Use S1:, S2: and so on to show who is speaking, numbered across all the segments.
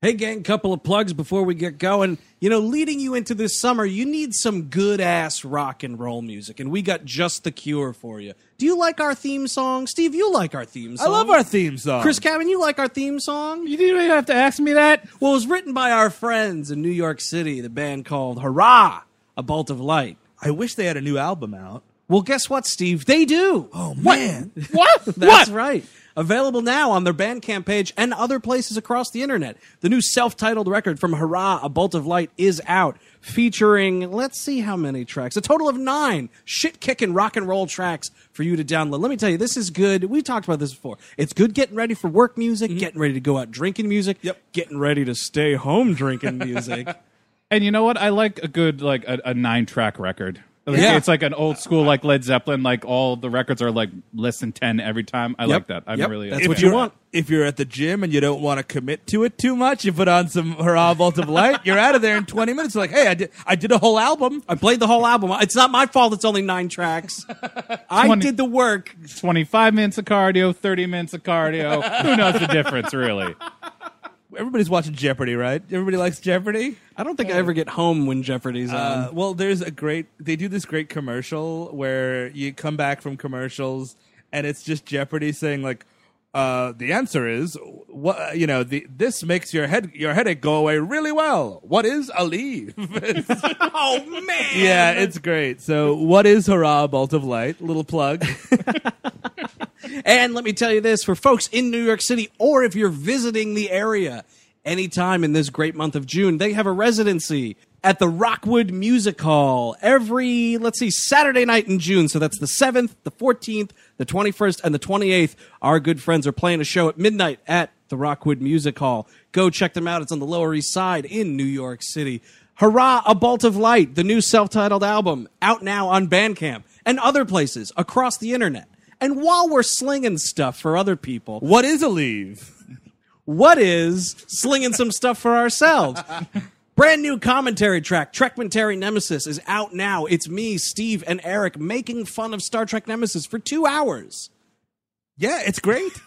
S1: Hey, gang, couple of plugs before we get going. You know, leading you into this summer, you need some good ass rock and roll music, and we got just the cure for you. Do you like our theme song? Steve, you like our theme
S2: I
S1: song.
S2: love our theme song.
S1: Chris Cabin, you like our theme song?
S2: you didn't even have to ask me that.
S1: Well, it was written by our friends in New York City, the band called Hurrah, A Bolt of Light.
S2: I wish they had a new album out.
S1: Well, guess what, Steve? They do.
S2: Oh man,
S1: What? That's right. Available now on their Bandcamp page and other places across the internet. The new self titled record from Hurrah, A Bolt of Light is out, featuring, let's see how many tracks, a total of nine shit kicking rock and roll tracks for you to download. Let me tell you, this is good. We talked about this before. It's good getting ready for work music, getting ready to go out drinking music,
S2: Yep.
S1: getting ready to stay home drinking music.
S3: And you know what? I like a good like a, a nine track record. Like,
S1: Oh, Yeah.
S3: It's like an old school like Led Zeppelin, like all the records are like less than ten every time. I like that. I'm
S1: Yep.
S3: really
S1: That's
S2: If
S1: what you
S2: you're-
S1: want.
S2: If you're at the gym and you don't want to commit to it too much, you put on some hurrah bolt of light. You're out of there in 20 minutes. You're like, hey, I did, I did a whole album.
S1: I played the whole album. It's not my fault. It's only nine tracks. I
S3: Twenty-
S1: did the work.
S3: twenty five minutes of cardio, thirty minutes of cardio. Who knows the difference really?
S2: Everybody's watching Jeopardy, right? Everybody likes Jeopardy.
S1: I don't think I ever get home when Jeopardy's on.
S2: Uh, well, there's a great. They do this great commercial where you come back from commercials, and it's just Jeopardy saying like, uh, "The answer is what you know. The this makes your head your headache go away really well. What is a leave?
S1: oh man!
S2: yeah, it's great. So, what is hurrah bolt of light? Little plug.
S1: And let me tell you this for folks in New York City or if you're visiting the area anytime in this great month of June, they have a residency at the Rockwood Music Hall every, let's see, Saturday night in June. So that's the 7th, the 14th, the 21st, and the 28th. Our good friends are playing a show at midnight at the Rockwood Music Hall. Go check them out. It's on the Lower East Side in New York City. Hurrah, A Bolt of Light, the new self titled album, out now on Bandcamp and other places across the internet. And while we're slinging stuff for other people,
S2: what is a leave?
S1: what is slinging some stuff for ourselves? Brand new commentary track, Trekmentary Nemesis, is out now. It's me, Steve, and Eric making fun of Star Trek Nemesis for two hours.
S2: Yeah, it's great.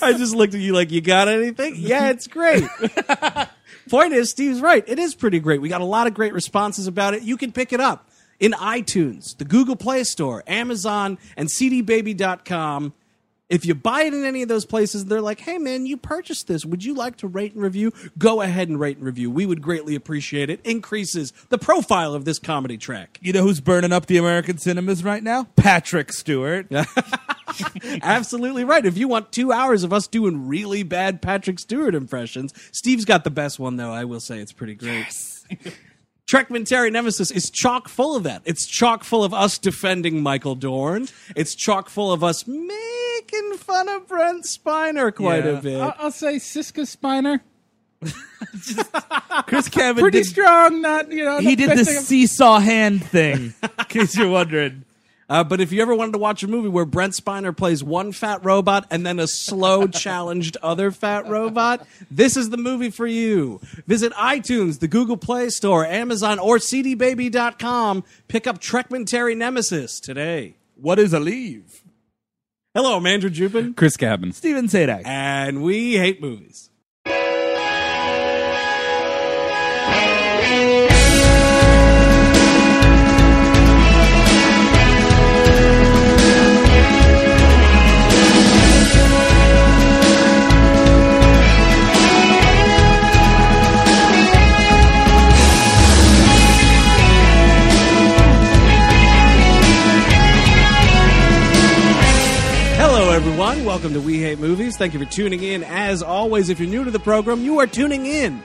S1: I just looked at you like, you got anything? Yeah, it's great. Point is, Steve's right. It is pretty great. We got a lot of great responses about it. You can pick it up in iTunes, the Google Play Store, Amazon, and CDBaby.com. If you buy it in any of those places, they're like, hey, man, you purchased this. Would you like to rate and review? Go ahead and rate and review. We would greatly appreciate it. Increases the profile of this comedy track.
S2: you know who's burning up the American cinemas right now? Patrick Stewart.
S1: Absolutely right. If you want two hours of us doing really bad Patrick Stewart impressions, Steve's got the best one, though. I will say it's pretty great. Trekmentary Nemesis is chock full of that. It's chock full of us defending Michael Dorn. It's chock full of us making fun of Brent Spiner quite
S2: Yeah.
S1: a bit.
S3: I'll, I'll say Siska Spiner,
S2: Chris Kevin
S3: pretty
S2: did-
S3: strong. Not you know.
S2: he
S3: not
S2: did the
S3: best thing-
S2: seesaw hand thing. in case you're wondering.
S1: Uh, but if you ever wanted to watch a movie where Brent Spiner plays one fat robot and then a slow challenged other fat robot, this is the movie for you. Visit iTunes, the Google Play Store, Amazon, or CDBaby.com. Pick up Trekmentary Nemesis today.
S2: What is a leave?
S1: Hello, I'm Andrew Jupin,
S3: Chris Cabin.
S2: Steven Sadak.
S1: and we hate movies. Hello, everyone. Welcome to We Hate Movies. Thank you for tuning in. As always, if you're new to the program, you are tuning in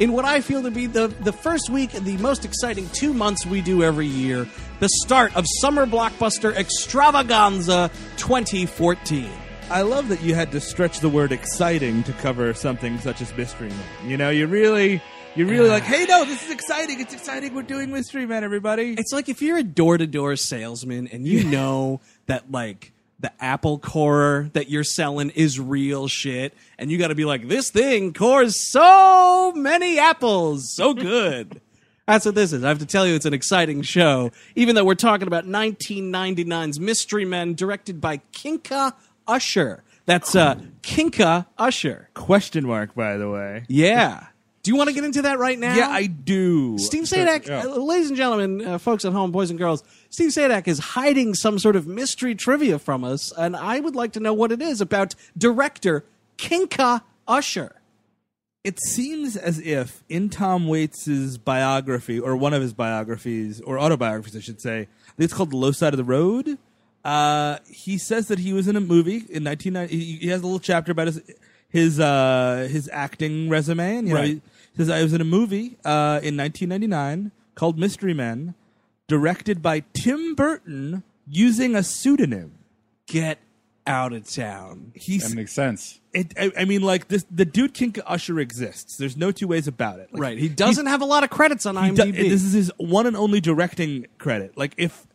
S1: in what I feel to be the, the first week and the most exciting two months we do every year the start of Summer Blockbuster Extravaganza 2014.
S2: I love that you had to stretch the word exciting to cover something such as Mystery Man. You know, you really, you really like, hey, no, this is exciting. It's exciting. We're doing Mystery Man, everybody.
S1: It's like if you're a door to door salesman and you know that like the apple core that you're selling is real shit, and you got to be like, this thing cores so many apples, so good. That's what this is. I have to tell you, it's an exciting show, even though we're talking about 1999's Mystery Men, directed by Kinka Usher. That's uh, Kinka Usher.
S2: Question mark, by the way.
S1: Yeah. Do you want to get into that right now?
S2: Yeah, I do.
S1: Steve Sadak,
S2: Yeah.
S1: uh, ladies and gentlemen, uh, folks at home, boys and girls, Steve Sadak is hiding some sort of mystery trivia from us, and I would like to know what it is about director Kinka Usher.
S2: it seems as if in Tom Waits's biography or one of his biographies or autobiographies, I should say, I think it's called The Low Side of the Road. Uh, he says that he was in a movie in 1990. He, he has a little chapter about his his uh, his acting resume, and you know,
S1: Right.
S2: he says I was in a movie uh, in 1999 called Mystery Men, directed by Tim Burton using a pseudonym.
S1: Get out of town.
S2: He
S3: That makes sense.
S2: it, I, I mean, like this, the dude Kinka Usher exists. There's no two ways about it. Like,
S1: Right. He doesn't have a lot of credits on
S2: he do-
S1: IMDb.
S2: this is his one and only directing credit. Like if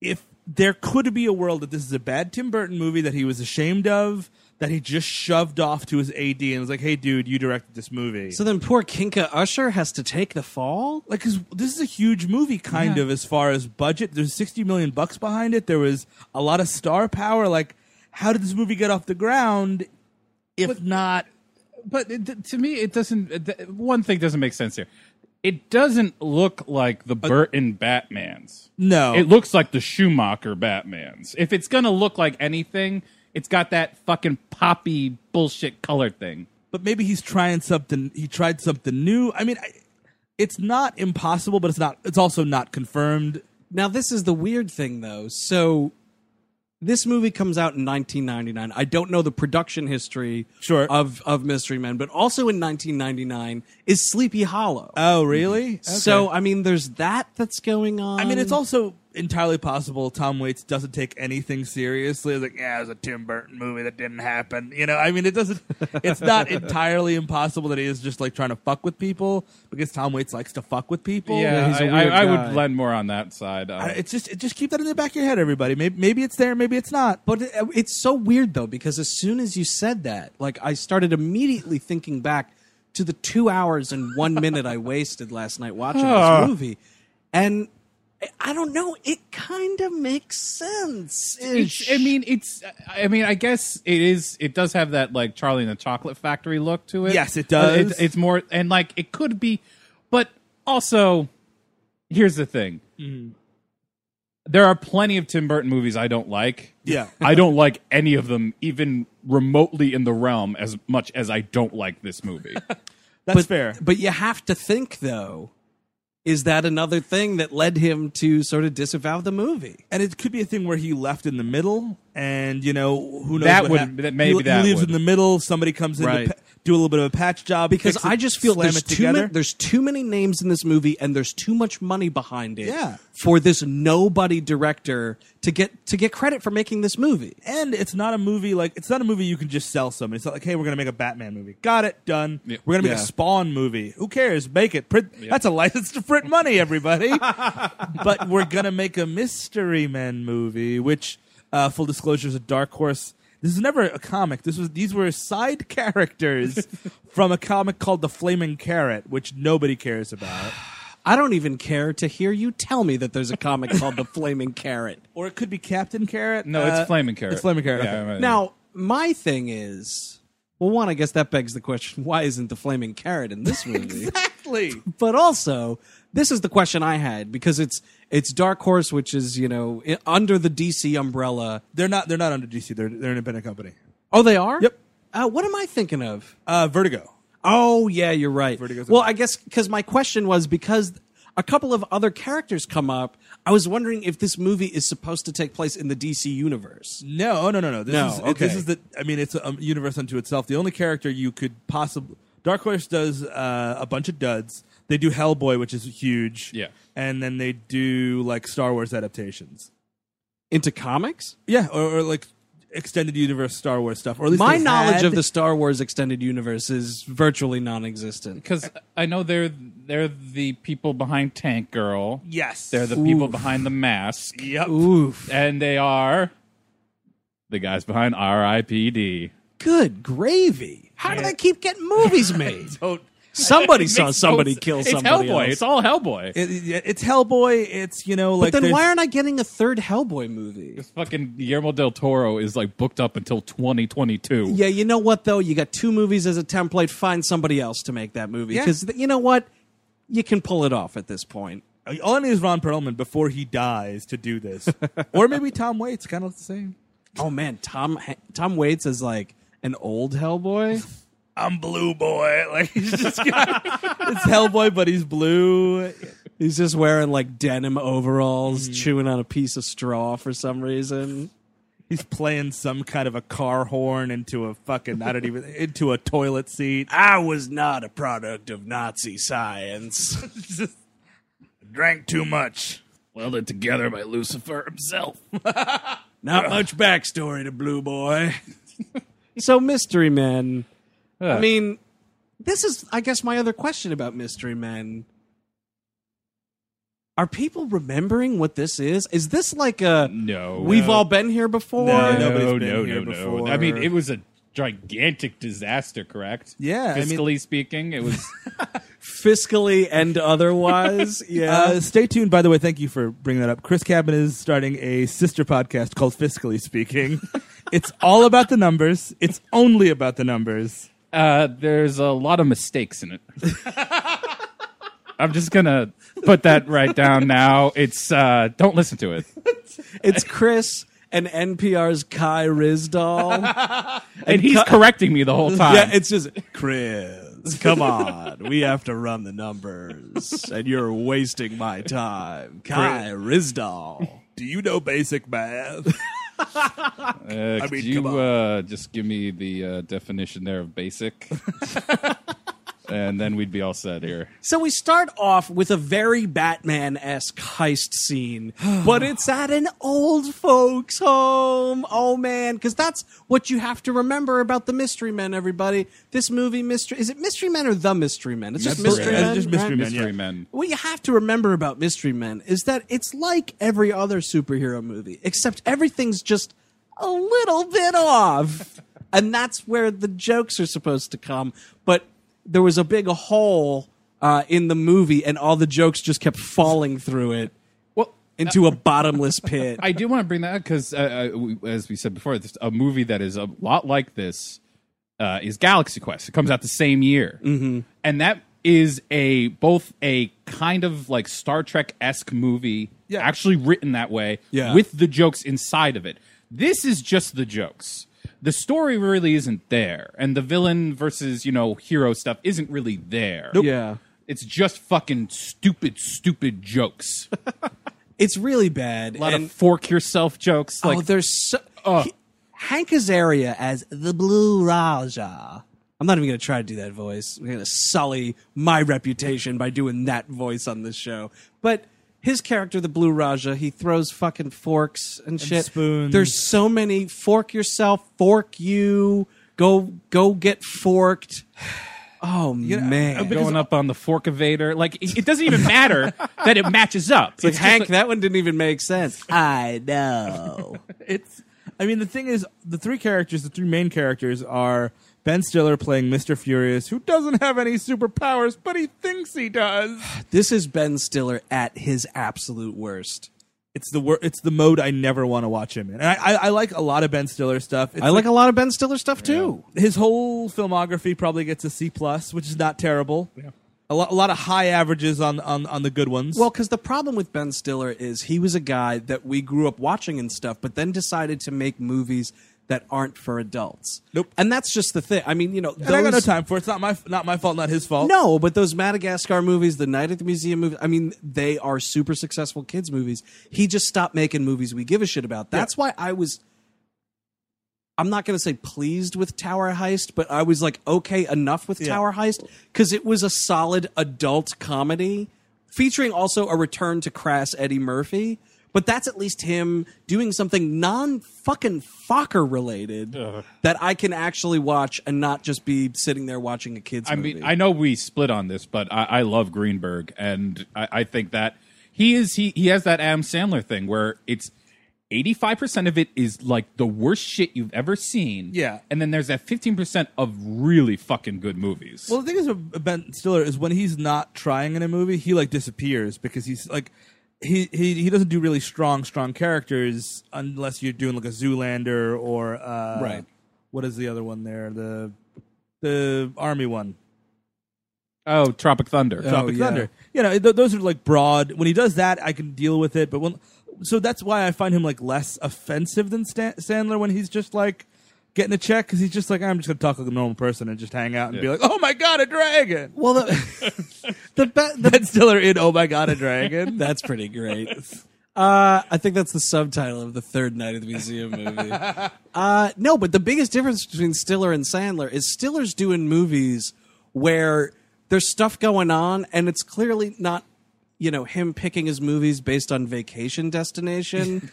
S2: if there could be a world that this is a bad Tim Burton movie that he was ashamed of, that he just shoved off to his AD and was like, "Hey, dude, you directed this movie."
S1: so then poor Kinka Usher has to take the fall?
S2: like, 'cause this is a huge movie, kind of as far as budget. There's 60 million bucks behind it. There was a lot of star power. Like, how did this movie get off the ground? If not,
S3: But it, th- to me, it doesn't. uh, th- One thing doesn't make sense here. It doesn't look like the Burton Batman's.
S2: No.
S3: it looks like the Schumacher Batman's. If it's gonna look like anything, it's got that fucking poppy bullshit color thing.
S2: but maybe he's trying something. He tried something new. I mean, I, it's not impossible, but it's not. It's also not confirmed.
S1: Now, this is the weird thing, though. So, this movie comes out in 1999. I don't know the production history
S2: Sure.
S1: of, of Mystery Men, but also in 1999 is Sleepy Hollow.
S2: Oh, really?
S1: Mm-hmm. So, um, I mean, there's that that's going on.
S2: I mean, it's also entirely possible Tom Waits doesn't take anything seriously. It's like, yeah, it was a Tim Burton movie that didn't happen. You know, I mean, it doesn't. It's not entirely impossible that he is just like trying to fuck with people because Tom Waits likes to fuck with people.
S3: Yeah,
S1: he's a
S3: I,
S1: weird
S3: I,
S1: guy.
S3: I would lend more on that side. Uh,
S2: I- It's just, just keep that in the back of your head, everybody. Maybe, maybe it's there, maybe it's not.
S1: But it- it's so weird, though, because as soon as you said that, like, I started immediately thinking back to the two hours and one minute I wasted last night watching
S2: Ah.
S1: this movie. And I- I don't know, it kind of makes sense.
S3: It's, I mean, it's. I mean, I guess it is. It does have that like Charlie and the Chocolate Factory look to it.
S2: Yes, it does.
S3: Uh, it's more and like it could be, but also, here's the thing.
S2: Mm-hmm.
S3: There are plenty of Tim Burton movies I don't like.
S2: Yeah.
S3: I don't like any of them, even remotely in the realm as much as I don't like this movie.
S2: That's
S1: but,
S2: fair.
S1: But you have to think though, is that another thing that led him to sort of disavow the movie?
S2: and it could be a thing where he left in the middle, and you know who knows
S3: That
S2: what
S3: would-
S2: hap-
S3: that- maybe
S2: he,
S3: that
S2: he leaves
S3: would.
S2: in the middle. Somebody comes in
S1: Right.
S2: to pa- do a little bit of a patch job
S1: Because
S2: fix it,
S1: I just feel
S2: slam
S1: there's
S2: it
S1: too many,
S2: together.
S1: there's too many names in this movie and there's too much money behind it
S2: Yeah.
S1: for this nobody director to get to get credit for making this movie.
S2: and it's not a movie like it's not a movie you can just sell someone. It's not like hey, we're gonna make a Batman movie. Got it done. We're gonna make
S1: Yeah.
S2: a Spawn movie. Who cares? Make it. Print. That's a license to print money, everybody. but we're gonna make a Mystery Men movie, which uh, full disclosure is a dark horse. This is never a comic. This was these were side characters from a comic called The Flaming Carrot, which nobody cares about.
S1: I don't even care to hear you tell me that there's a comic called The Flaming Carrot.
S2: Or it could be Captain Carrot.
S3: No, it's
S2: Uh,
S3: Flaming Carrot.
S2: It's Flaming Carrot.
S3: Yeah,
S2: okay.
S3: I-
S1: Now, my thing is well, one, I guess that begs the question: Why isn't the flaming carrot in this movie?
S2: Exactly.
S1: but also this is the question I had because it's it's Dark Horse, which is you know i- under the DC umbrella.
S2: They're not. They're not under DC. They're they're an independent company.
S1: Oh, they are.
S2: Yep.
S1: Uh, what am I thinking of?
S2: Uh, Vertigo.
S1: Oh, yeah, you're right.
S2: Vertigo's-
S1: Well, I guess because my question was because a couple of other characters come up. I was wondering if this movie is supposed to take place in the DC universe.
S2: No, oh, no, no, no. This
S1: No,
S2: is,
S1: okay.
S2: This is the. I mean, it's a um, universe unto itself. The only character you could possibly Dark Horse does uh, a bunch of duds. They do Hellboy, which is huge.
S3: Yeah.
S2: and then they do like Star Wars adaptations.
S1: Into comics?
S2: Yeah, or, or like extended universe Star Wars stuff, or at least
S1: My
S2: they
S1: knowledge
S2: had.
S1: of the Star Wars extended universe is virtually non-existent.
S3: because I know they're they're the people behind Tank Girl.
S2: Yes,
S3: They're the people behind the mask.
S2: Yep.
S1: Oof.
S3: And they are the guys behind R.I.P.D.
S1: Good gravy. How do they keep getting movies made?
S2: Don't-
S1: somebody
S3: It
S1: saw
S3: makes
S1: somebody
S3: no-
S1: kill
S3: it's
S1: somebody
S3: Hellboy.
S1: else.
S3: It's all Hellboy.
S2: It- it- it's Hellboy. It's you know like
S1: but then
S2: there's-
S1: why aren't I getting a third Hellboy movie?
S3: Fucking Guillermo del Toro is like booked up until 2022.
S1: Yeah, you know what though? You got two movies as a template. Find somebody else to make that movie
S2: Yeah.
S1: because you know what? You can pull it off at this point.
S2: all I need is Ron Perlman before he dies to do this, or maybe Tom Waits. Kind of the same.
S1: Oh man, Tom Tom Waits is like an old Hellboy.
S2: I'm blue boy. Like he's just got, it's Hellboy, but he's blue.
S1: He's just wearing like denim overalls, chewing on a piece of straw for some reason.
S2: He's playing some kind of a car horn into a fucking I don't even into a toilet seat.
S1: I was not a product of Nazi science.
S2: Drank too much.
S3: Welded together by Lucifer himself.
S1: Not much backstory to Blue Boy. so, Mystery Men. I mean, this is, I guess, my other question about Mystery Men. Are people remembering what this is? Is this like a
S3: No.
S1: We've
S3: No.
S1: all been here before.
S2: No,
S3: no,
S2: nobody's
S3: no,
S2: been
S3: no,
S2: here
S3: no.
S2: before.
S3: I mean, it was a gigantic disaster, correct?
S2: Yeah, I mean-
S3: Fiscally speaking, it was.
S1: Fiscally and otherwise, yeah.
S2: Uh, stay tuned. By the way, thank you for bringing that up. Chris Cabin is starting a sister podcast called Fiscally Speaking. it's all about the numbers. It's only about the numbers.
S3: Uh, there's a lot of mistakes in it. I'm just gonna put that right down now. It's uh, don't listen to it.
S1: it's Chris and NPR's Kai Rizdahl.
S3: And he's correcting me the whole time.
S1: yeah, it's just Chris. Come on, we have to run the numbers, and you're wasting my time, Kai Rizdahl.
S2: Do you know basic math?
S3: Uh, could
S2: mean,
S3: you
S2: come on.
S3: uh, just give me the uh, definition there of basic, and then we'd be all set here.
S1: So we start off with a very Batman esque heist scene, but it's at an old folks' home. Oh man, because that's what you have to remember about the Mystery Men, everybody. This movie, Mystery, is it Mystery Men or the Mystery Men? It's just Mystery,
S2: Men.
S1: Men.
S2: Just Mystery
S1: right?
S2: Men,
S3: Mystery
S2: yeah.
S3: men.
S1: What you have to remember about Mystery Men is that it's like every other superhero movie, except everything's just a little bit off. and that's where the jokes are supposed to come. But there was a big hole uh, in the movie, and all the jokes just kept falling through it
S3: Well,
S1: into a bottomless pit.
S3: I do want to bring that up because, uh, uh, we- as we said before, this- a movie that is a lot like this uh, is Galaxy Quest. It comes out the same year, mm-hmm. and that is a both a kind of like Star Trek esque movie,
S2: Yeah.
S3: actually written that way,
S1: Yeah.
S3: with the jokes inside of it. This is just the jokes. The story really isn't there, and the villain versus you know hero stuff isn't really there.
S1: Yeah.
S3: It's just fucking stupid, stupid jokes.
S1: It's really bad.
S3: A lot
S1: and-
S3: of fork yourself jokes. Like
S1: oh, there's so. he- Hank Azaria as the Blue Raja. I'm not even going to try to do that voice. I'm going to sully my reputation by doing that voice on this show. But his character, the Blue Raja, he throws fucking forks and shit.
S2: spoons.
S1: There's so many fork yourself, fork you, go go get forked. Oh man.
S3: going up on the fork evader. Like it, it doesn't even matter that it matches up. It's,
S1: like
S3: just
S1: Hank,
S3: like-
S1: that one didn't even make sense. I know.
S2: it's I mean the thing is the three characters, the three main characters are Ben Stiller playing Mr. Furious, who doesn't have any superpowers, but he thinks he does.
S1: this is Ben Stiller at his absolute worst.
S2: It's the wor- it's the mode I never want to watch him in. And I, I, I like a lot of Ben Stiller stuff. It's
S1: I like a lot of Ben Stiller stuff too.
S2: his whole filmography probably gets a C plus, which is not terrible. A lot, a lot of high averages on, on, on the good ones.
S1: Well, because the problem with Ben Stiller is he was a guy that we grew up watching and stuff, but then decided to make movies that aren't for adults.
S2: Nope.
S1: And that's just the thing. I mean, you know,
S2: and I got no
S1: those-
S2: time for it. It's not my not my fault, not his fault.
S1: No, but those Madagascar movies, the Night at the Museum movies, I mean, they are super successful kids movies. He just stopped making movies we give a shit about. That's why I was I'm not going to say pleased with Tower Heist, but I was like okay enough with Tower Heist cuz it was a solid adult comedy featuring also a return to crass Eddie Murphy, But that's at least him doing something non fucking fucker related that I can actually watch and not just be sitting there watching a kid's
S3: I
S1: movie.
S3: mean, I know we split on this, but I, I love Greenberg, and I, I think that he is he he has that Adam Sandler thing where it's eighty five percent of it is like the worst shit you've ever seen.
S2: Yeah.
S3: and then there's that fifteen percent of really fucking good movies.
S2: Well, the thing is with Ben Stiller is when he's not trying in a movie, he like disappears because he's like he he, he doesn't do really strong strong characters unless you're doing like a Zoolander or uh,
S1: Right.
S2: What is the other one there? The the army one,
S3: oh, Tropic Thunder.
S2: Tropic
S1: yeah.
S2: Thunder. You know, th- those are like broad. When he does that, I can deal with it. But when so that's why I find him like less offensive than Stan- Sandler when he's just like. Getting a check because he's just like I'm just gonna talk like a normal person and just hang out and be like, oh my god, a dragon.
S1: well, the, the, be- the
S2: Ben Stiller in Oh My God, a Dragon.
S1: That's pretty great. Uh, I think that's the subtitle of the third night of the museum movie. Uh, no, but the biggest difference between Stiller and Sandler is Stiller's doing movies where there's stuff going on, and it's clearly not, you know, him picking his movies based on vacation destination.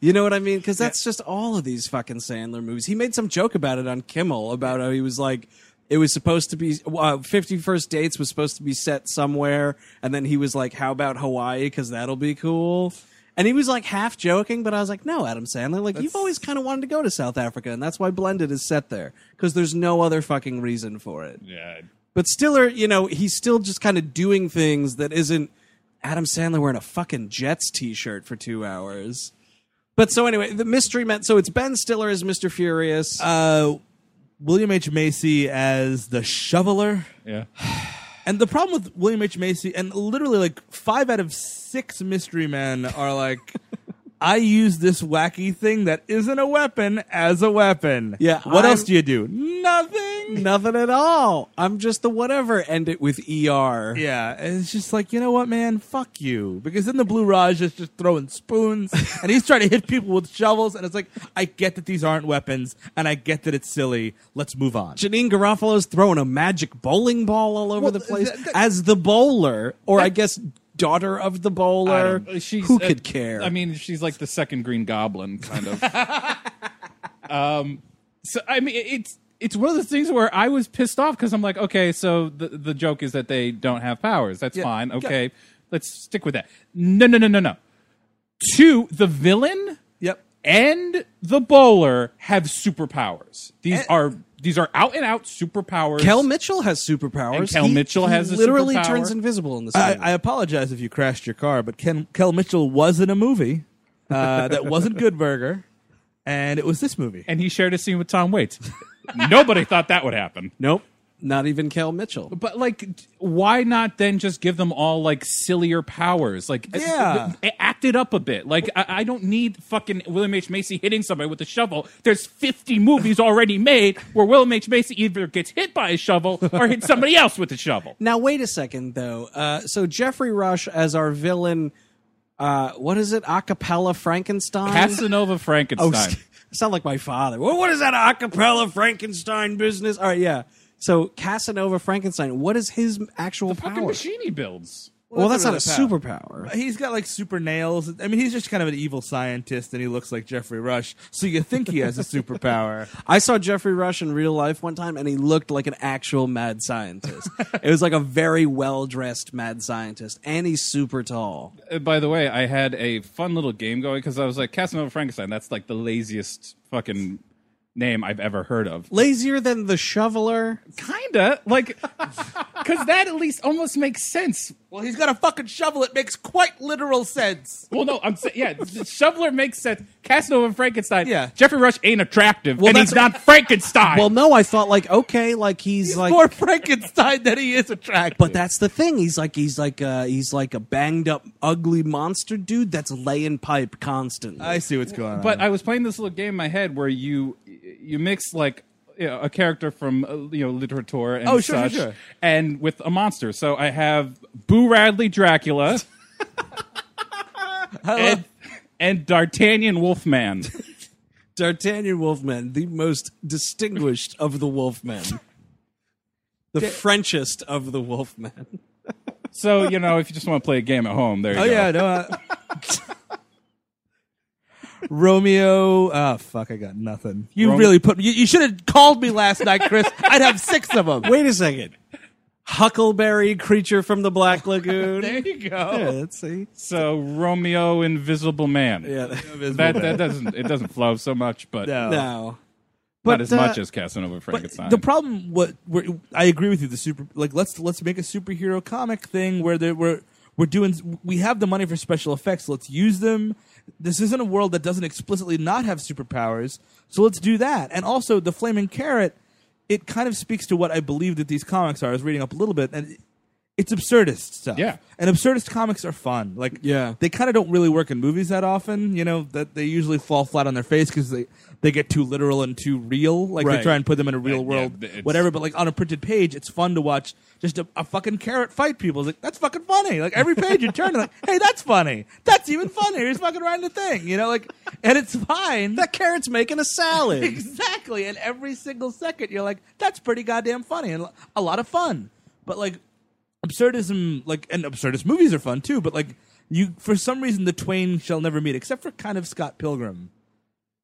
S1: you know what I mean? Because that's just all of these fucking Sandler movies. He made some joke about it on Kimmel about how he was like. It was supposed to be uh, 51st Dates was supposed to be set somewhere, and then he was like, "How about Hawaii? Because that'll be cool." And he was like half joking, but I was like, "No, Adam Sandler, like you've always kind of wanted to go to South Africa, and that's why Blended is set there because there's no other fucking reason for it."
S3: yeah,
S1: But Stiller, you know, he's still just kind of doing things that isn't Adam Sandler wearing a fucking Jets t-shirt for two hours. But so anyway, the mystery meant so it's Ben Stiller as Mr. Furious.
S2: uh, William H. Macy as the shoveler.
S3: yeah.
S2: And the problem with William H. Macy, and literally like five out of six mystery men are like, I use this wacky thing that isn't a weapon as a weapon.
S1: Yeah,
S2: What
S1: I'm-
S2: else do you do? Nothing.
S1: Nothing at all. I'm just the whatever. End it with ER.
S2: Yeah, and it's just like you know what, man, fuck you. Because then the Blue Raj is just throwing spoons, and he's trying to hit people with shovels, and it's like, I get that these aren't weapons, and I get that it's silly. Let's move on.
S1: Janine Garofalo's throwing a magic bowling ball all over
S2: Well,
S1: the place
S2: th- th-
S1: as the bowler, or I guess daughter of the bowler.
S3: Uh, she's-
S1: Who
S3: uh,
S1: could care?
S3: I mean, she's like the second Green Goblin, kind of. um, so I mean, it's it's one of those things where I was pissed off because I'm like, okay, so the the joke is that they don't have powers. That's fine. Okay, let's stick with that. No, no, no, no, no. Two, the villain
S2: Yep.
S3: and the bowler have superpowers. These
S2: And-
S3: are these are out and out superpowers.
S1: Kel Mitchell has superpowers.
S3: And Kel Mitchell has a
S1: literally
S3: superpower.
S1: turns invisible in this.
S2: I,
S1: movie.
S2: I apologize if you crashed your car, but Ken, Kel Mitchell was in a movie uh, that wasn't Good Burger, and it was this movie.
S3: and he shared a scene with Tom Waits. Nobody thought that would happen.
S1: Nope. Not even Kel Mitchell.
S3: But like, why not then just give them all like sillier powers? Like, uh,
S2: Yeah.
S3: a- a- act it up a bit. Like, I, I don't need fucking William H Macy hitting somebody with a shovel. There's 50 movies already made where William H Macy either gets hit by a shovel or hits somebody else with a shovel.
S1: Now wait a second though. Uh, so Jeffrey Rush as our villain. Uh, what is it? Acapella Frankenstein.
S3: Casanova
S1: Oh,
S3: Frankenstein.
S1: I sound like my father. Well, what is that acapella Frankenstein business? All right, yeah. So Casanova Frankenstein. What is his actual
S3: fucking
S1: power?
S3: machine he builds.
S1: Well, that's,
S2: that's
S1: not a
S2: another
S1: superpower.
S2: He's got like super nails. I mean, he's just kind of an evil scientist, and he looks like Jeffrey Rush, so you think he has a superpower.
S1: I saw Jeffrey Rush in real life one time, and he looked like an actual mad scientist. it was like a very well dressed mad scientist, and he's super tall.
S3: Uh, By the way, I had a fun little game going because I was like, Casanova Frankenstein. That's like the laziest fucking name I've ever heard of.
S1: Lazier than the shoveler.
S3: Kinda like, because that at least almost makes sense
S2: well, he's got a fucking shovel. It makes quite literal sense.
S3: Well, no, I'm saying, yeah, the Shoveler makes sense. Casanova and Frankenstein.
S2: Yeah.
S3: Jeffrey Rush ain't attractive, and
S1: that's-
S3: he's not Frankenstein.
S1: Well, no, I thought like okay, like he's,
S2: He's
S1: like
S2: more Frankenstein than he is attractive.
S1: But that's the thing. He's like he's like a, he's like a banged up, ugly monster dude that's laying pipe constantly.
S2: I see what's going on.
S3: But I was playing this little game in my head where you you mix like you know, a character from uh, you know literature and
S2: Oh, sure, sure,
S3: such,
S2: sure.
S3: and with a monster. So I have Boo Radley Dracula and, and D'Artagnan Wolfman.
S1: D'Artagnan Wolfman, the most distinguished of the Wolfmen, the Frenchest of the Wolfmen.
S3: So you know, if you just want to play a game at home, there you
S2: oh
S3: go.
S2: yeah, no. I- Romeo. Ah, fuck! I got nothing. You really put. You, you should have called me last night, Chris. I'd have six of them.
S1: Wait a second. Huckleberry creature from the Black Lagoon.
S3: There you go.
S1: Yeah, let's see.
S3: So Romeo Invisible Man.
S1: Yeah.
S3: That that doesn't it doesn't flow so much, but
S2: No.
S1: No.
S3: not
S1: But,
S3: as
S1: uh,
S3: much as Casanova Frankenstein.
S2: The problem, what we're, I agree with you. The super, like let's let's make a superhero comic thing where there we're we're doing we have the money for special effects. Let's use them. This isn't a world that doesn't explicitly not have superpowers, so let's do that. And also the flaming carrot, it kind of speaks to what I believe that these comics are. I was reading up a little bit, and it's absurdist stuff.
S3: Yeah.
S2: and absurdist comics are fun. Like
S1: Yeah.
S2: they kind of don't really work in movies that often. You know that they usually fall flat on their face because they they get too literal and too real. Like
S1: Right.
S2: they try and put them in a real
S3: Yeah,
S2: world,
S3: th- it's-
S2: whatever. But like on a printed page, it's fun to watch just a, a fucking carrot fight people. It's like that's fucking funny. Like every page you turn, like hey, that's funny. That's even funnier. He's fucking riding the thing, you know. Like and it's fine.
S1: That carrot's making a salad.
S2: exactly. And every single second, you're like, that's pretty goddamn funny and l- a lot of fun. But like absurdism, like and absurdist movies are fun too. But like you, for some reason, the twain shall never meet, except for kind of Scott Pilgrim.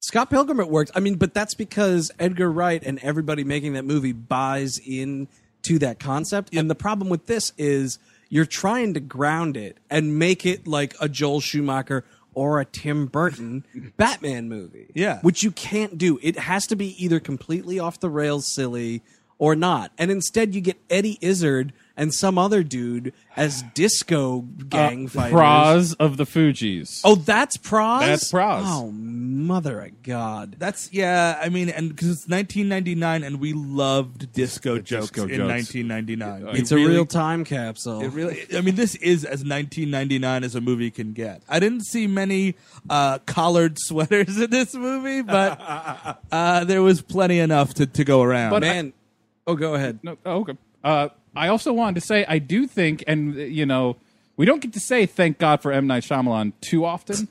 S1: Scott Pilgrim it worked. I mean, but that's because Edgar Wright and everybody making that movie buys in to that concept. And the problem with this is you're trying to ground it and make it like a Joel Schumacher or a Tim Burton Batman movie.
S2: Yeah.
S1: Which you can't do. It has to be either completely off the rails silly or not. And instead you get Eddie Izzard and some other dude as disco gang fighters.
S3: Pros Uh, of the Fugees.
S1: Oh, that's Proz?
S3: That's Proz.
S1: Oh, mother of God.
S2: That's yeah. I mean, and because it's 1999, and we loved disco jokes
S3: disco
S2: in
S3: jokes.
S2: 1999.
S1: It's
S2: We
S1: a
S2: really-
S1: real time capsule.
S2: It really, I mean, this is as 1999 as a movie can get. I didn't see many uh, collared sweaters in this movie, but uh, there was plenty enough to, to go around.
S3: But-
S1: Man, oh, go ahead.
S3: No, oh, okay. Uh, I also wanted to say I do think, and uh, you know, we don't get to say thank God for M Night Shyamalan too often.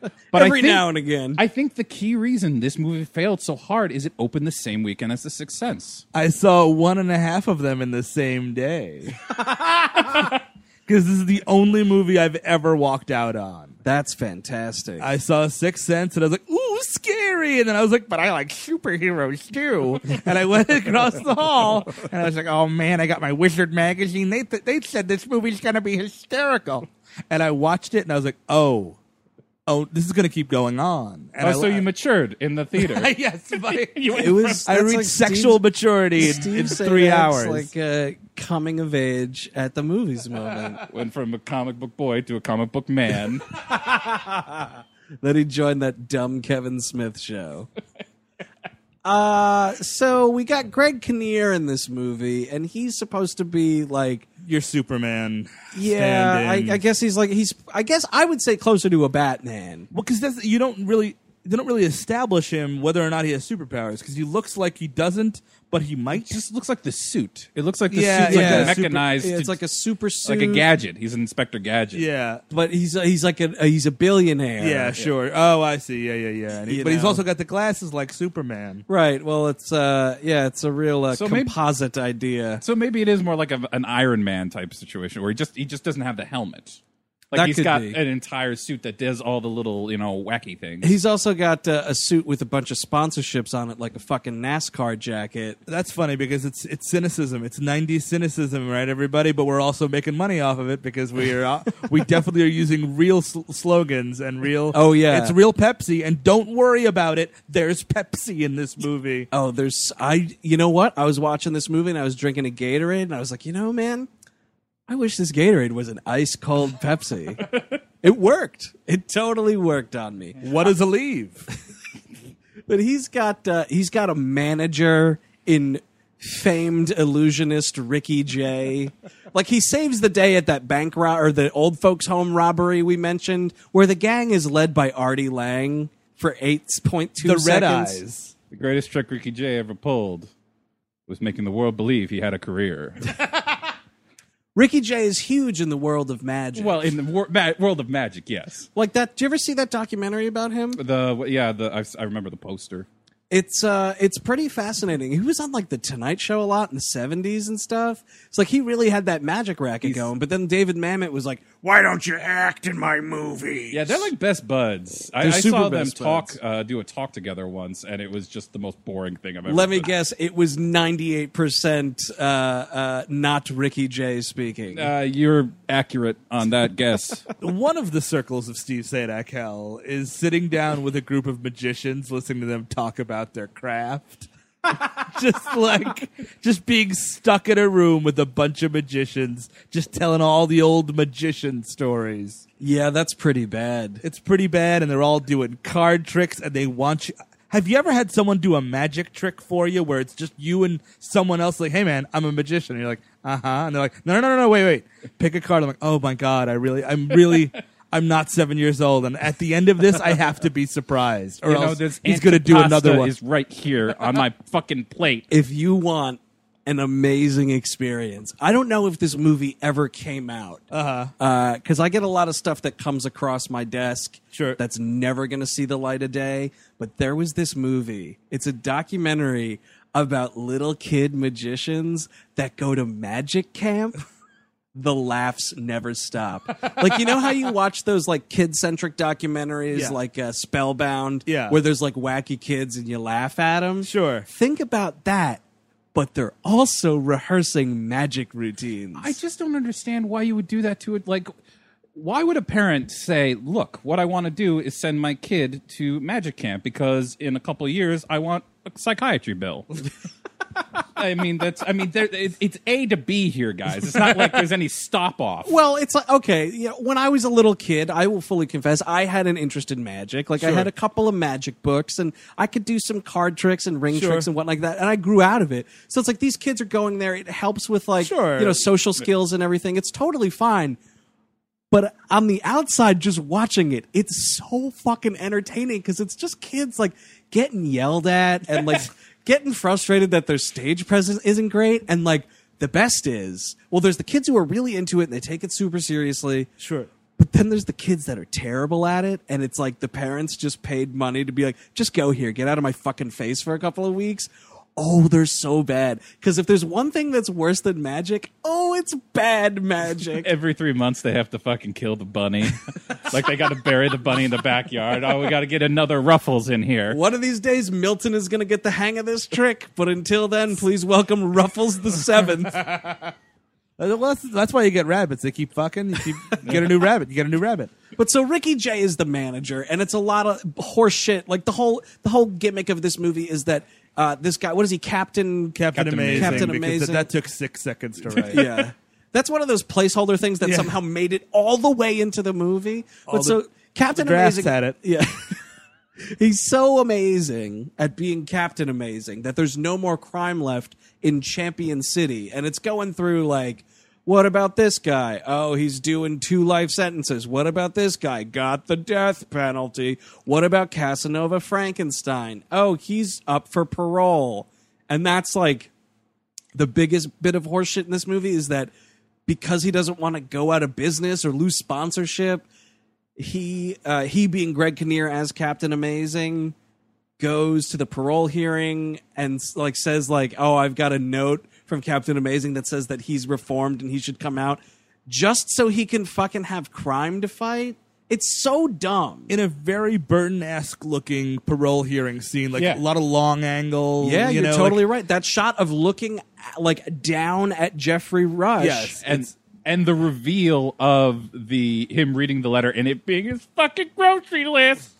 S3: But
S1: Every
S3: I think,
S1: now and again.
S3: I think the key reason this movie failed so hard is it opened the same weekend as The Sixth Sense.
S2: I saw one and a half of them in the same day. Because this is the only movie I've ever walked out on.
S1: That's fantastic.
S2: I saw Sixth Sense and I was like, ooh, scary. And then I was like, but I like superheroes too. And I went across the hall and I was like, oh man, I got my Wizard magazine. They, th- they said this movie's going to be hysterical. And I watched it and I was like, oh, oh, this is going to keep going on. And
S3: Oh,
S2: I,
S3: so you matured in the theater.
S2: yes, but
S1: it was.
S2: I
S1: that's
S2: reached
S1: like
S2: sexual
S1: Steve-
S2: maturity in,
S1: Steve
S2: in
S1: said
S2: three
S1: that's
S2: hours.
S1: Like a coming of age at the movies moment
S3: Went from a comic book boy to a comic book man.
S1: that he joined that dumb Kevin Smith show. Uh, so we got Greg Kinnear in this movie, and he's supposed to be like
S2: You're Superman.
S1: Yeah,
S2: stand-in.
S1: I, I guess he's like he's. I guess I would say closer to a Batman.
S2: Well, because you don't really they don't really establish him whether or not he has superpowers because he looks like he doesn't, but he might.
S3: Just looks like the suit. It looks like the
S2: Yeah,
S3: suit's
S1: yeah.
S3: like a mechanized.
S1: Yeah, it's like a super suit,
S3: like a gadget. He's an Inspector Gadget.
S2: yeah,
S1: but he's he's like a he's a billionaire.
S2: yeah, sure. Oh, I see. Yeah, yeah, yeah. And he-
S1: You
S2: but he's
S1: know.
S2: also got the glasses like Superman.
S1: Right. Well, it's uh, yeah, it's a real uh,
S3: So maybe-
S1: composite idea.
S3: So maybe it is more like a, an Iron Man type situation where he just he just doesn't have the helmet. Like
S1: That
S3: he's
S1: could
S3: got
S1: be.
S3: an entire suit that does all the little you know wacky things.
S1: He's also got uh, a suit with a bunch of sponsorships on it, like a fucking NASCAR jacket.
S2: That's funny because it's it's cynicism. It's '90s cynicism, right, everybody? But we're also making money off of it because we are uh, we definitely are using real sl- slogans and real.
S1: Oh, yeah.
S2: it's real Pepsi. And don't worry about it. There's Pepsi in this movie.
S1: Oh, there's I. You know what? I was watching this movie and I was drinking a Gatorade, and I was like, you know, man, I wish this Gatorade was an ice cold Pepsi. it worked. It totally worked on me.
S2: What is a leave?
S1: But he's got uh, he's got a manager in famed illusionist Ricky Jay. like he saves the day at that bank ro- or the old folks home robbery we mentioned, where the gang is led by Artie Lang for eight point two
S2: the red
S1: seconds.
S2: eyes.
S3: the greatest trick Ricky Jay ever pulled was making the world believe he had a career.
S1: Ricky Jay is huge in the world of magic.
S3: well, in the wor- ma- world of magic, yes.
S1: like that. Do you ever see that documentary about him?
S3: The yeah, the I, s- I remember the poster.
S1: It's uh, it's pretty fascinating. He was on like the Tonight Show a lot in the seventies and stuff. It's like he really had that magic racket going. But then David Mamet was like, "Why don't you act in my movie?"
S3: Yeah, they're like best buds. I, I
S1: They're super
S3: saw them
S1: best
S3: talk,
S1: buds.
S3: uh, do a talk together once, and it was just the most boring thing I've ever.
S1: Let me
S3: heard.
S1: guess. It was ninety eight percent uh, not Ricky Jay speaking.
S3: Uh, you're accurate on that guess.
S2: One of the circles of Steve Sadak Hell is sitting down with a group of magicians, listening to them talk about their craft. just like, just being stuck in a room with a bunch of magicians, just telling all the old magician stories.
S1: yeah, that's pretty bad.
S2: It's pretty bad, and they're all doing card tricks, and they want you. Have you ever had someone do a magic trick for you where it's just you and someone else, like, hey man, I'm a magician? And you're like, uh huh. And they're like, no, no, no, no, no, wait, wait. Pick a card. I'm like, oh my God, I really, I'm really, I'm not seven years old. And at the end of this, I have to be surprised. Or
S3: you know,
S2: else
S3: this
S2: he's going to do
S3: antipasta
S2: another one.
S3: Is right here on my fucking plate.
S1: if you want an amazing experience, I don't know if this movie ever came out. Uh-huh. Because I get a lot of stuff that comes across my desk
S2: Sure.
S1: that's never going to see the light of day. But there was this movie. It's a documentary about little kid magicians that go to magic camp. The laughs never stop. like you know how you watch those like kid-centric documentaries,
S2: Yeah.
S1: like uh, Spellbound,
S2: Yeah.
S1: where there's like wacky kids and you laugh at them.
S2: Sure.
S1: Think about that, but they're also rehearsing magic routines.
S3: I just don't understand why you would do that to it. Like, why would a parent say, "Look, what I want to do is send my kid to magic camp because in a couple of years I want a psychiatry bill." I mean, that's. I mean, there, it, it's A to B here, guys. It's not like there's any stop off.
S1: well, it's like okay, you know, when I was a little kid, I will fully confess, I had an interest in magic. Like I had a couple of magic books, and I could do some card tricks and ring
S2: Sure.
S1: tricks and what like that. And I grew out of it, so it's like these kids are going there. It helps with like
S2: Sure.
S1: you know social skills and everything. It's totally fine. but on the outside just watching it it's so fucking entertaining because it's just kids like getting yelled at and like getting frustrated that their stage presence isn't great and like the best is well there's the kids who are really into it and they take it super seriously
S2: Sure.
S1: but then there's the kids that are terrible at it and it's like the parents just paid money to be like just go here get out of my fucking face for a couple of weeks Oh, they're so bad. Because if there's one thing that's worse than magic, oh, it's bad magic.
S3: Every three months, they have to fucking kill the bunny. like they got to bury the bunny in the backyard. Oh, we got to get another Ruffles in here.
S1: One of these days, Milton is going to get the hang of this trick. But until then, please welcome Ruffles the Seventh.
S2: Well, that's, that's why you get rabbits. They keep fucking. You keep, get a new rabbit. You get a new rabbit.
S1: but so Ricky Jay is the manager, and it's a lot of horse shit. Like the whole the whole gimmick of this movie is that uh, this guy, what is he, Captain
S2: Captain, Amazing.
S1: Captain
S2: because
S1: Amazing.
S2: That, that took six seconds to write.
S1: yeah. That's one of those placeholder things that
S2: Yeah.
S1: somehow made it all the way into the movie. but
S2: the-
S1: so Captain
S2: the drafts
S1: Amazing
S2: had it.
S1: Yeah. He's so amazing at being Captain Amazing that there's no more crime left in Champion City. And it's going through like, what about this guy? Oh, he's doing two life sentences. What about this guy? Got the death penalty. What about Casanova Frankenstein? Oh, he's up for parole. And that's like the biggest bit of horseshit in this movie is that because he doesn't want to go out of business or lose sponsorship, he uh, he being Greg Kinnear as Captain Amazing goes to the parole hearing and like says like oh I've got a note from Captain Amazing that says that he's reformed and he should come out just so he can fucking have crime to fight. It's so dumb.
S2: in a very Burton-esque looking parole hearing scene, like
S3: Yeah.
S2: a lot of long angle.
S1: yeah,
S2: you
S1: you are
S2: know,
S1: totally
S2: like-
S1: right. That shot of looking at- like down at Jeffrey Rush.
S2: Yes,
S3: and and the reveal of the him reading the letter and it being his fucking grocery list.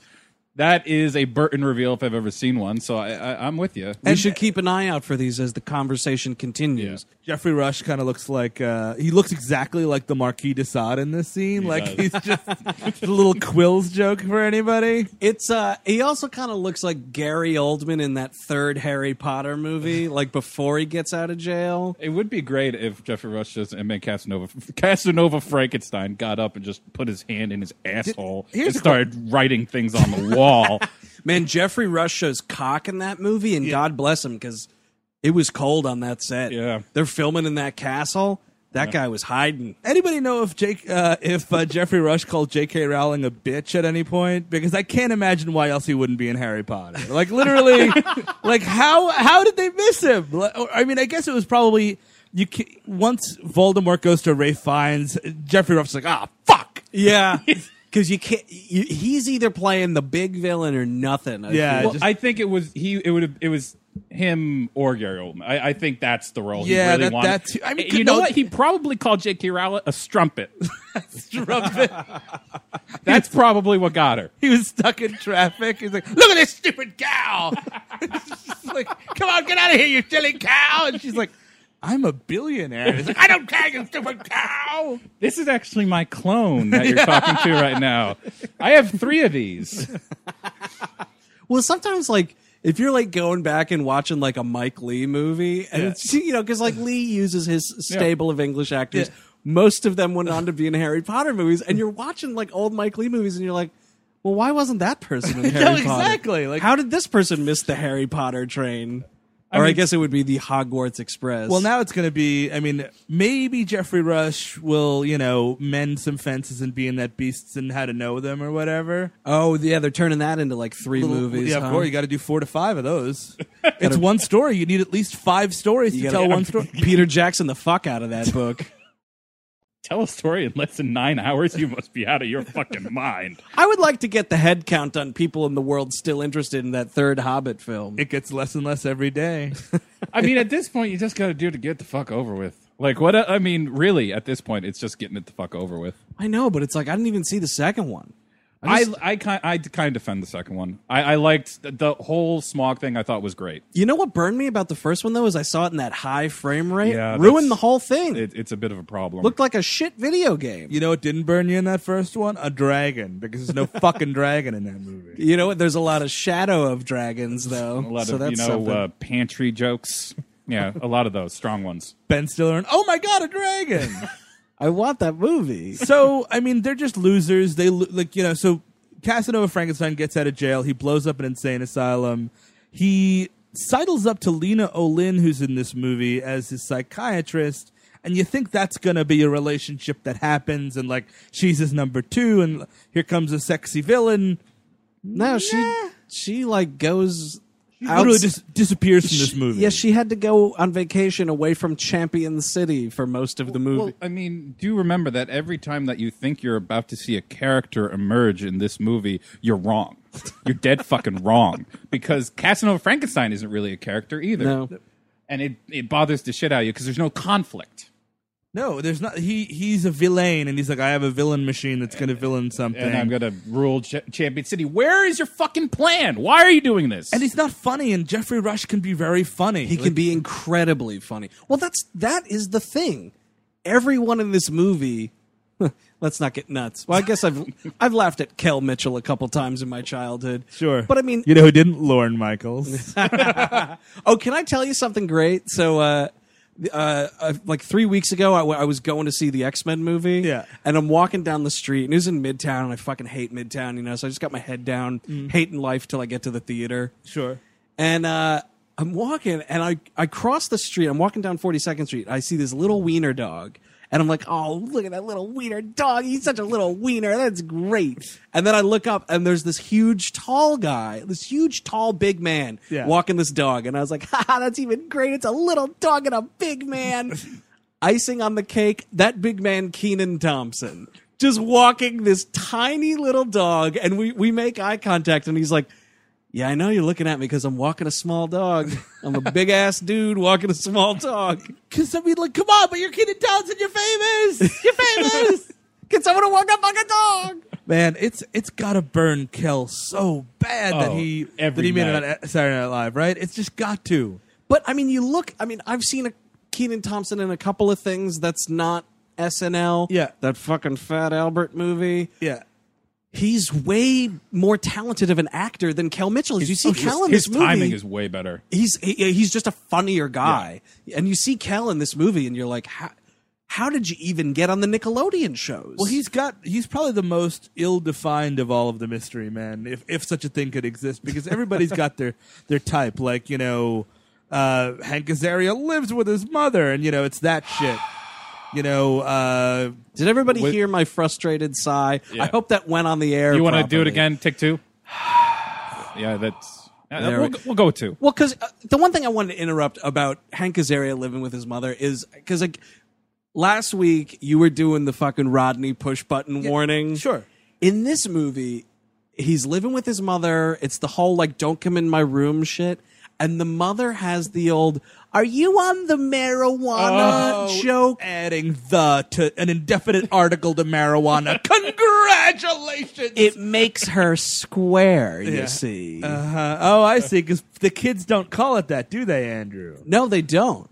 S3: That is a Burton reveal if I've ever seen one. So I, I, I'm with you.
S1: We should keep an eye out for these as the conversation continues.
S2: Jeffrey Rush kind of looks like uh, he looks exactly like the Marquis de Sade in this scene. like
S3: does.
S2: he's just a little quills joke for anybody.
S1: It's uh he also kind of looks like Gary Oldman in that third Harry Potter movie, like before he gets out of jail.
S3: It would be great if Jeffrey Rush just and made Casanova Casanova Frankenstein got up and just put his hand in his asshole and
S2: here's a cool-
S3: started writing things on the wall.
S1: Man, Jeffrey Rush shows cock in that movie, and God bless him because it was cold on that set.
S3: Yeah.
S1: They're filming in that castle. That guy was hiding.
S2: Anybody know if Jake, uh, if uh, Jeffrey Rush called J.K. Rowling a bitch at any point? Because I can't imagine why else he wouldn't be in Harry Potter. Like literally, like how how did they miss him? Like, or- I mean, I guess it was probably you. ca- Once Voldemort goes to Ray Fiennes, Jeffrey Rush's like, ah, fuck.
S1: Yeah. Because you can't. You, he's either playing the big villain or nothing. I
S2: Yeah,
S1: feel.
S2: just-
S3: I think it was he. It would. have It was him or Gary Oldman. I, I think that's the role.
S2: Yeah,
S3: he really
S2: that-
S3: wanted. Eh,
S2: that's- I mean,
S3: you know
S2: no-
S3: what? He probably called J.K. Rowling a strumpet. strumpet. that's probably what got her.
S2: He was stuck in traffic. He's like, look at this stupid cow. She's like, come on, get out of here, you silly cow. And she's like, I'm a billionaire. He's like, I don't care, you stupid cow.
S3: This is actually my clone that you're talking to right now. I have three of these.
S1: Well, sometimes like if you're like going back and watching like a Mike Lee movie, and
S2: Yeah.
S1: it's you know because like Lee uses his stable of English actors. Most of them went on to be in Harry Potter movies, and you're watching like old Mike Lee movies, and you're like, well, why wasn't that person in Harry Potter?
S2: exactly, like-
S1: how did this person miss the Harry Potter train? or I
S3: mean-
S1: guess it would be the Hogwarts Express.
S2: Well, now it's going to be, I mean, maybe Jeffrey Rush will, you know, mend some fences and be in that Beasts and How to Know Them or whatever.
S1: oh yeah, they're turning that into like three movies.
S2: yeah, of
S1: huh?
S2: course. You got to do four to five of those. it's one story. You need at least five stories
S1: You
S2: to
S1: gotta-
S2: tell one story.
S1: Peter Jackson the fuck out of that book.
S3: Tell a story in less than nine hours. You must be out of your fucking mind.
S1: I would like to get the head count on people in the world still interested in that third Hobbit film.
S2: It gets less and less every day.
S3: I mean, at this point, you just got to do it to get the fuck over with. Like, what? I mean, really, at this point, it's just getting it the fuck over with.
S1: I know, but it's like I didn't even see the second one.
S3: I, I, kind, I kind of defend the second one. I, I liked the, the whole smog thing. I thought was great.
S1: You know what burned me about the first one though is I saw it in that high frame rate,
S3: Yeah,
S1: ruined
S3: that's-
S1: the whole thing.
S3: It, it's a bit of a problem.
S1: looked like a shit video game.
S2: You know what didn't burn you in that first one? A dragon, because there's no fucking dragon in that movie.
S1: You know what? There's a lot of shadow of dragons though.
S3: a lot
S1: so
S3: of
S1: that's
S3: you know
S1: something.
S3: uh, pantry jokes. Yeah, a lot of those strong ones.
S2: Ben Stiller and oh my god, a dragon.
S1: I want that movie.
S2: so I mean, they're just losers. They lo- like you know. So Casanova Frankenstein gets out of jail. He blows up an insane asylum. He sidles up to Lena Olin, who's in this movie as his psychiatrist. And you think that's gonna be a relationship that happens, and like she's his number two, and here comes a sexy villain.
S1: No, she she like goes out
S2: Literally just disappears from this movie.
S1: Yes, she had to go on vacation away from Champion City for most of the movie.
S3: Well, I mean, do remember that every time that you think you're about to see a character emerge in this movie, you're wrong. You're dead fucking wrong because Casanova Frankenstein isn't really a character either.
S1: No.
S3: And it, it bothers the shit out of you because there's no conflict.
S2: No, there's not. He he's a villain, and he's like, I have a villain machine that's gonna villain something.
S3: And I'm going to rule Ch- Champion City. Where is your fucking plan? Why are you doing this?
S2: and he's not funny, and Jeffrey Rush can be very funny.
S1: He can be incredibly funny. Well, that's that is the thing. Everyone in this movie. Let's not get nuts. Well, I guess I've I've laughed at Kel Mitchell a couple times in my childhood.
S2: sure,
S1: but I mean,
S2: you know who didn't? Lauren Michaels.
S1: oh, can I tell you something great? So, uh, uh, uh, like three weeks ago, I, w- I was going to see the X Men movie.
S2: Yeah.
S1: And I'm walking down the street, and it was in Midtown, and I fucking hate Midtown, you know, so I just got my head down,
S2: Mm.
S1: hating life till I get to the theater.
S2: sure.
S1: and uh, I'm walking, and I I cross the street. I'm walking down 42nd Street. I see this little wiener dog, and I'm like, "Oh, look at that little wiener dog! He's such a little wiener. That's great." And then I look up, and there's this huge, tall guy, this huge, tall, big man
S2: Yeah.
S1: walking this dog, and I was like, "Ha, ha, that's even great! It's a little dog and a big man." Icing on the cake, that big man Keenan Thompson just walking this tiny little dog, and we we make eye contact, and he's like. Yeah, I know you're looking at me because I'm walking a small dog. I'm a big ass dude walking a small dog.
S2: Because I mean, like, come on, but you're Keenan Townsend. You're famous. You're famous.
S1: Can someone walk up like a dog?
S2: Man, it's it's gotta burn Kel so bad that
S3: Oh,
S2: he
S3: every
S2: that he made
S3: night.
S2: it on Saturday Night Live, right? It's just got to.
S1: But I mean, you look. I mean, I've seen a Keenan Thompson in a couple of things that's not SNL.
S2: Yeah.
S1: that fucking Fat Albert movie.
S2: Yeah.
S1: He's way more talented of an actor than Kel Mitchell. is. you see Kel in
S3: Oh, his
S1: this movie.
S3: timing is way better.
S1: he's he, he's just a funnier guy. And you see Kel in this movie, and you're like, how, how did you even get on the Nickelodeon shows?
S2: Well, he's got he's probably the most ill-defined of all of the mystery men, if if such a thing could exist, because everybody's got their their type. Like you know, uh, Hank Azaria lives with his mother, and you know it's that shit. you know, uh,
S1: Did everybody
S3: Wait-
S1: hear my frustrated sigh? I
S3: Yeah.
S1: hope that went on the air.
S3: You want to do it
S1: properly.
S3: again? Take two. Yeah, that's. yeah,
S1: There we-
S3: we'll, go- we'll go with two.
S1: Well, because uh, the one thing I wanted to interrupt about Hank Azaria living with his mother is because like last week you were doing the fucking Rodney push button warning.
S2: sure.
S1: In this movie, he's living with his mother. It's the whole like "don't come in my room" shit, and the mother has the old "Are you on the marijuana
S2: oh,
S1: joke?"
S2: adding the to an indefinite article to marijuana. Congratulations.
S1: It makes her square. You
S2: Yeah.
S1: see?
S3: Uh,
S2: uh-huh. Oh, I see. Because the kids don't call it that, do they, Andrew?
S1: no, they don't.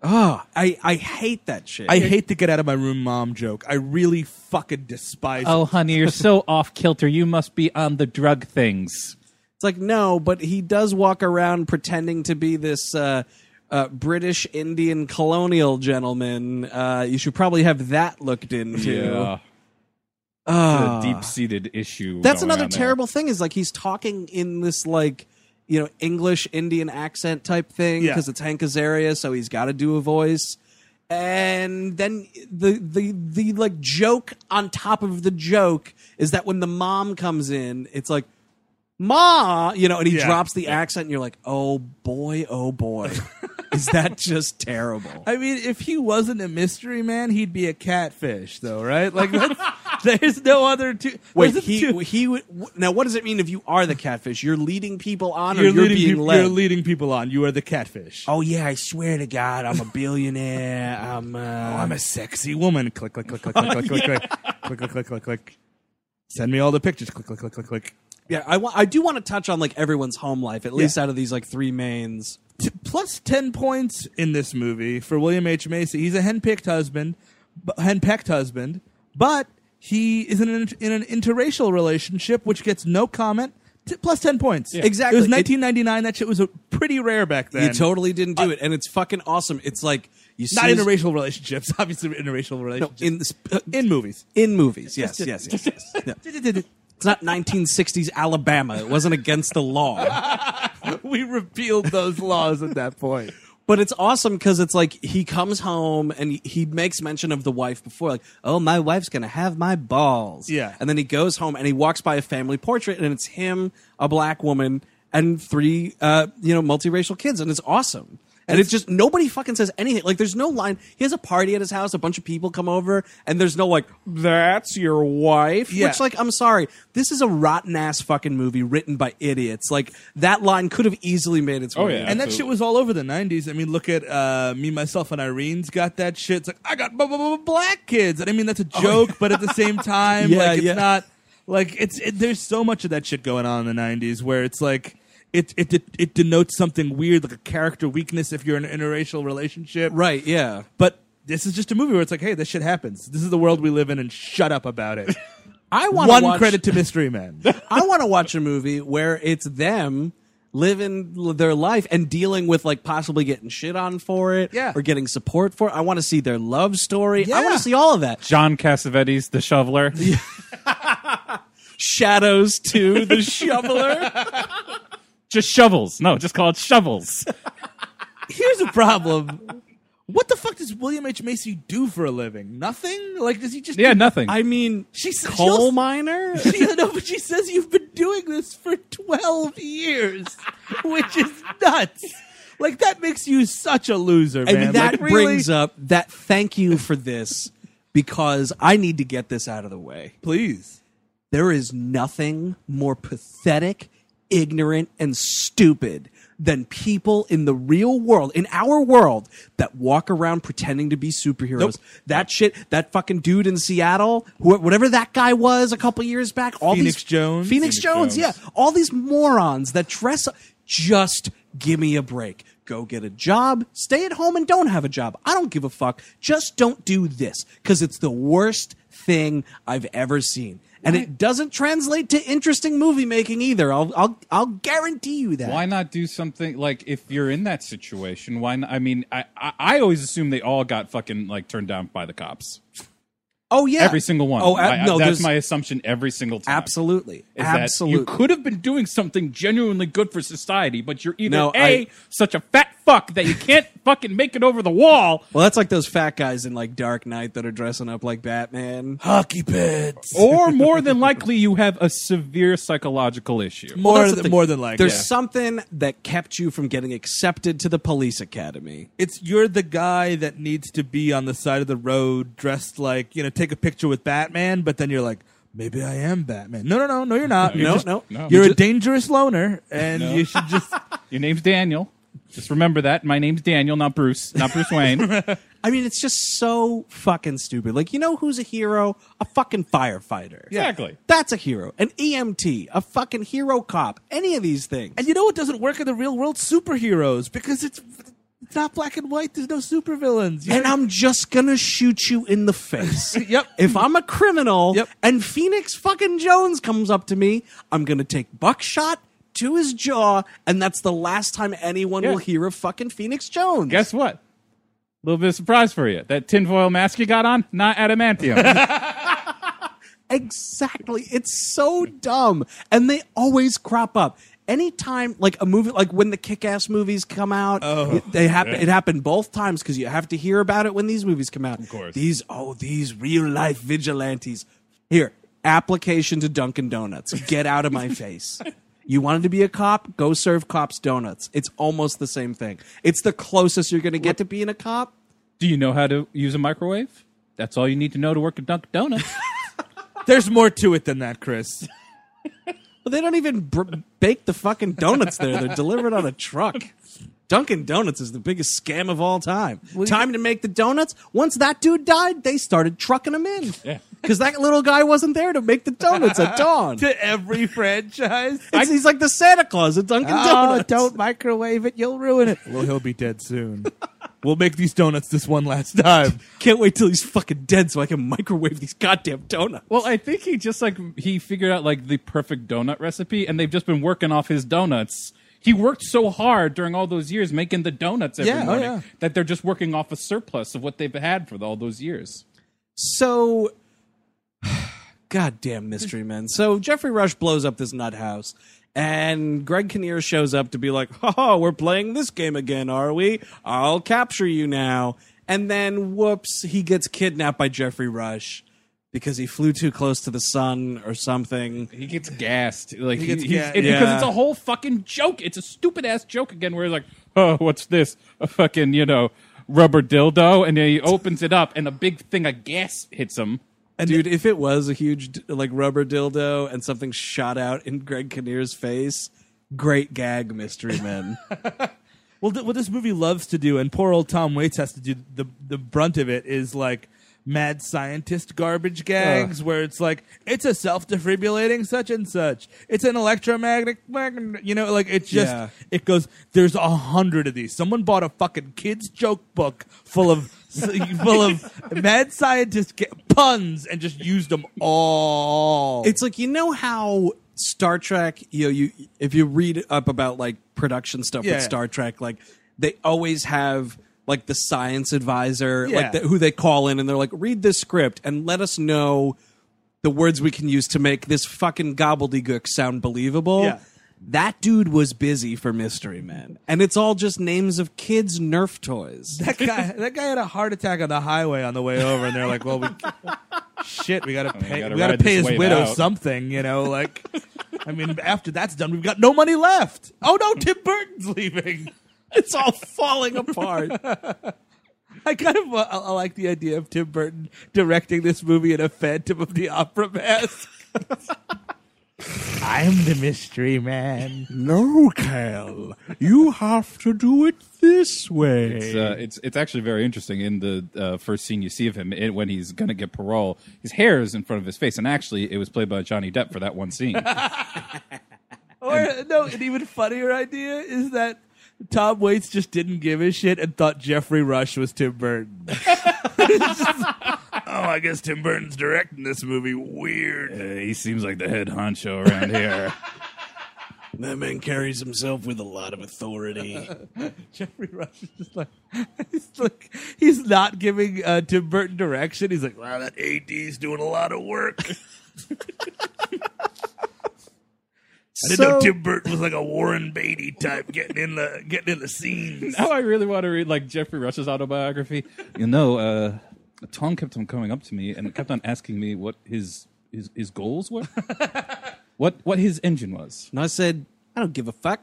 S1: Oh, I I hate that shit.
S2: I hate the get out of my room mom joke. I really fucking despise
S1: Oh.
S2: it.
S3: Oh, honey, you're so off kilter. You must be on the drug things.
S1: It's like no, but he does walk around pretending to be this uh, uh, British Indian colonial gentleman. Uh, you should probably have that looked into.
S3: Yeah, deep seated issue.
S1: Ah. That's
S3: going
S1: another
S3: on there.
S1: terrible thing. Is like he's talking in this like you know English Indian accent type thing
S2: Yeah.
S1: because it's Hank Azaria, so he's got to do a voice. And then the the the like joke on top of the joke is that when the mom comes in, it's like ma, you know, and he
S2: Yeah.
S1: drops the accent, and you're like, oh boy, oh boy, is that just terrible?
S2: I mean, if he wasn't a mystery man, he'd be a catfish, though, right? Like, that's, there's no other two.
S1: Wait,
S2: there's
S1: he
S2: two-
S1: he would now. What does it mean if you are the catfish? You're leading people on, or
S2: you're,
S1: you're,
S2: leading
S1: being
S2: people,
S1: led.
S2: you're leading people on. You are the catfish.
S1: Oh yeah, I swear to God, I'm a billionaire. I'm. Uh,
S2: Oh, I'm a sexy woman. Click, click, click, click, click, click, click, click, click, click, click, click, click. Send me all the pictures. Click, click, click, click, click.
S1: yeah, I wa- I do want to touch on like everyone's home life, at least out of these like three mains.
S2: T- plus 10 points in this movie for William H. Macy. He's a henpicked husband, b- henpecked husband, but he is in an, in an interracial relationship, which gets no comment. T- plus 10 points.
S1: Exactly.
S2: It was
S1: It-
S2: 1999. that shit was a pretty rare back then.
S1: you totally didn't do it, and it's fucking awesome. It's like you
S2: Not
S1: see
S2: interracial relationships, obviously interracial
S1: no,
S2: relationships.
S1: in the sp-
S2: in, movies.
S1: in movies. Yes, yes, yes, yes. No. It's not 1960s Alabama. It wasn't against the law,
S2: we repealed those laws at that point.
S1: but it's awesome because it's like he comes home and he, he makes mention of the wife before, like, "Oh, my wife's gonna have my balls."
S2: Yeah.
S1: and then he goes home and he walks by a family portrait, and it's him, a black woman, and three, uh, you know, multiracial kids, and it's awesome. And it's just nobody fucking says anything. Like, there's no line. He has a party at his house. A bunch of people come over, and there's no like, "That's your wife."
S2: Yeah.
S1: Which, like, I'm sorry, this is a rotten ass fucking movie written by idiots. Like, that line could have easily made its way.
S3: Oh, yeah.
S2: And that
S3: Absolutely.
S2: shit was all over the '90s. I mean, look at uh, me, myself, and Irene's got that shit. It's like I got blah, blah, blah, blah, black kids, and I mean that's a joke, but at the same time,
S1: Oh, Yeah,
S2: like it's
S1: yeah.
S2: not like it's it, there's so much of that shit going on in the '90s where it's like it it it, it denotes something weird, like a character weakness if you're in an interracial relationship,
S1: Right? Yeah.
S2: But this is just a movie where it's like, hey, this shit happens. This is the world we live in, and shut up about it.
S1: I want
S2: One credit to Mystery Man.
S1: I want to watch a movie where it's them living l- their life and dealing with like possibly getting shit on for it
S2: Yeah.
S1: or getting support for it. I want to see their love story. I want
S2: Yeah.
S1: to see all of that.
S3: John Cassavetes, the shoveler.
S1: Shadows to the shoveler.
S3: Just shovels. No, just call it shovels.
S2: here's a problem. What the fuck does William H. Macy do for a living? Nothing? Like, does he just.
S3: Yeah,
S2: do-
S3: nothing.
S1: I mean,
S2: She's-
S1: coal
S2: she'll-
S1: miner.
S2: Yeah, no, but she says you've been doing this for 12 years, which is nuts. Like, that makes you such a loser, man.
S1: And that
S2: Like, really-
S1: brings up that thank you for this because I need to get this out of the way.
S2: Please.
S1: There is nothing more pathetic, ignorant, and stupid than people in the real world, in our world, that walk around pretending to be superheroes.
S2: Nope.
S1: That shit, that fucking dude in Seattle, wh- whatever that guy was a couple years back, all
S2: Phoenix
S1: these
S2: Jones?
S1: Phoenix,
S3: Phoenix
S1: Jones,
S3: Jones.
S1: yeah, all these morons that dress up. Just give me a break. Go get a job. Stay at home and don't have a job. I don't give a fuck. Just don't do this because it's the worst thing I've ever seen. And it doesn't translate to interesting movie making either. I'll, I'll, I'll guarantee you that.
S3: why not do something like if you're in that situation? Why? Not, I mean, I, I I always assume they all got fucking like turned down by the cops.
S1: Oh yeah,
S3: Every single one.
S1: Oh
S3: I-
S1: ab-
S3: I-
S1: no,
S3: that's
S1: there's
S3: my assumption every single time.
S1: absolutely,
S3: is that
S1: absolutely.
S3: you could have been doing something genuinely good for society, but you're either
S1: No,
S3: a
S1: I-
S3: such a fat fuck that you can't fucking make it over the wall.
S1: Well, that's like those fat guys in like Dark Knight that are dressing up like Batman.
S4: Hockey pads.
S2: Oh,
S3: Or more than likely, you have a severe psychological issue.
S2: More,
S1: that's the
S2: than,
S1: thing.
S2: more than likely.
S1: There's something that kept you from getting accepted to the police academy.
S2: it's you're the guy that needs to be on the side of the road dressed like you know take a picture with batman but then you're like maybe i am batman no no no no you're not
S3: No,
S2: you're
S3: no,
S2: just-
S1: no.
S3: No.
S2: you're
S3: You
S2: a dangerous loner and you should just
S3: Your name's Daniel. Just remember that. My name's Daniel, not Bruce, not Bruce Wayne.
S1: I mean, it's just so fucking stupid. Like, you know who's a hero? A fucking firefighter.
S3: Exactly.
S1: That's a hero. An EMT, a fucking hero cop, any of these things.
S2: and you know what doesn't work in the real world superheroes because it's it's not black and white there's no supervillains You
S1: and I'm just gonna shoot you in the face.
S2: Yep.
S1: If I'm a criminal
S2: Yep.
S1: and Phoenix fucking Jones comes up to me, I'm gonna take buckshot to his jaw, and that's the last time anyone
S3: Yeah.
S1: will hear of fucking Phoenix Jones.
S3: Guess what? A little bit of surprise for you. That tinfoil mask you got on, not adamantium.
S1: Exactly. It's so dumb. And they always crop up. Anytime, like a movie, like when the kick ass movies come out, they happen. It happened both times because you have to hear about it when these movies come out. Of
S3: course.
S1: These, oh, these real life vigilantes. Here, application to Dunkin' Donuts. Get out of my face. You wanted to be a cop? Go serve cops donuts. It's almost the same thing. It's the closest you're going to get to being a cop.
S3: Do you know how to use a microwave? That's all you need to know to work at Dunkin' Donuts.
S2: there's more to it than that chris
S1: Well, they don't even br- bake the fucking donuts there. They're delivered on a truck. Dunkin' Donuts is the biggest scam of all time. time to make the donuts. Once that dude died, they started trucking him in. Because that little guy wasn't there to make the donuts at dawn.
S2: to every franchise
S1: It's- he's like the Santa Claus at Dunkin'
S2: Oh,
S1: Donuts.
S2: don't microwave it. You'll ruin it. Well, he'll be dead soon. we'll make these donuts this one last time.
S1: Can't wait till he's fucking dead so I can microwave these goddamn donuts.
S3: Well, I think he just like he figured out like the perfect donut recipe, and they've just been working off his donuts. He worked so hard during all those years making the donuts every
S2: Yeah, oh,
S3: morning
S2: yeah.
S3: that they're just working off a surplus of what they've had for all those years.
S1: So, goddamn mystery men. So Jeffrey Rush blows up this nut house, and Greg Kinnear shows up to be like, "Oh, we're playing this game again, are we? I'll capture you now." And then, whoops, he gets kidnapped by Jeffrey Rush because he flew too close to the sun or something.
S3: He gets gassed, like he
S2: gets
S3: he's-
S2: gassed.
S3: it- because
S1: Yeah.
S3: it's a whole fucking joke. It's a stupid ass joke again, where he's like, "Oh, what's this? A fucking you know rubber dildo?" And then he opens it up, and a big thing of gas hits him.
S1: Dude, if it was a huge d- like rubber dildo and something shot out in Greg Kinnear's face, great gag, mystery men.
S2: Well, th- what this movie loves to do, and poor old Tom Waits has to do the the brunt of it, is like mad scientist garbage gags, where it's like it's a self defibrillating such and such, it's an electromagnetic, magn- you know, like it just
S1: Yeah.
S2: it goes. There's a hundred of these. Someone bought a fucking kids joke book full of full of mad scientist ga- puns and just used them all.
S1: It's like you know how Star Trek, you know, you if you read up about like production stuff
S2: Yeah.
S1: with Star Trek, like they always have like the science advisor,
S2: Yeah.
S1: like the, who they call in, and they're like, read this script and let us know the words we can use to make this fucking gobbledygook sound believable.
S2: Yeah.
S1: That dude was busy for Mystery Men, and it's all just names of kids' Nerf toys.
S2: that guy that guy had a heart attack on the highway on the way over and they're like well we shit we gotta pay we gotta,
S3: gotta ride
S2: pay
S3: this
S2: his
S3: wave
S2: widow
S3: out."
S2: something you know like i mean after that's done we've got no money left oh no tim burton's leaving
S1: It's all falling apart.
S2: i kind of uh, I, I like the idea of tim burton directing this movie in a phantom of the opera mask i'm the mystery man
S4: No, Cal. You have to do it this way.
S3: It's, uh, it's it's actually very interesting. In the uh, first scene you see of him it, when he's gonna get parole, his hair is in front of his face, and actually it was played by Johnny Depp for that one scene.
S2: or no an even funnier idea is that Tom Waits just didn't give a shit and thought Jeffrey Rush was Tim Burton.
S4: oh, I guess Tim Burton's directing this movie. Weird.
S3: he seems like the head honcho around here.
S1: That man carries himself with a lot of authority.
S2: Jeffrey Rush is just like he's like he's not giving uh, Tim Burton direction. He's like, wow, that AD's doing a lot of work. I didn't know Tim Burton was like a Warren Beatty type, getting in the getting in the scenes.
S3: Now I really want to read like Jeffrey Rush's autobiography. You know, uh, Tom kept on coming up to me and kept on asking me what his his, his goals were, what what his engine was.
S1: And I said, I don't give a fuck.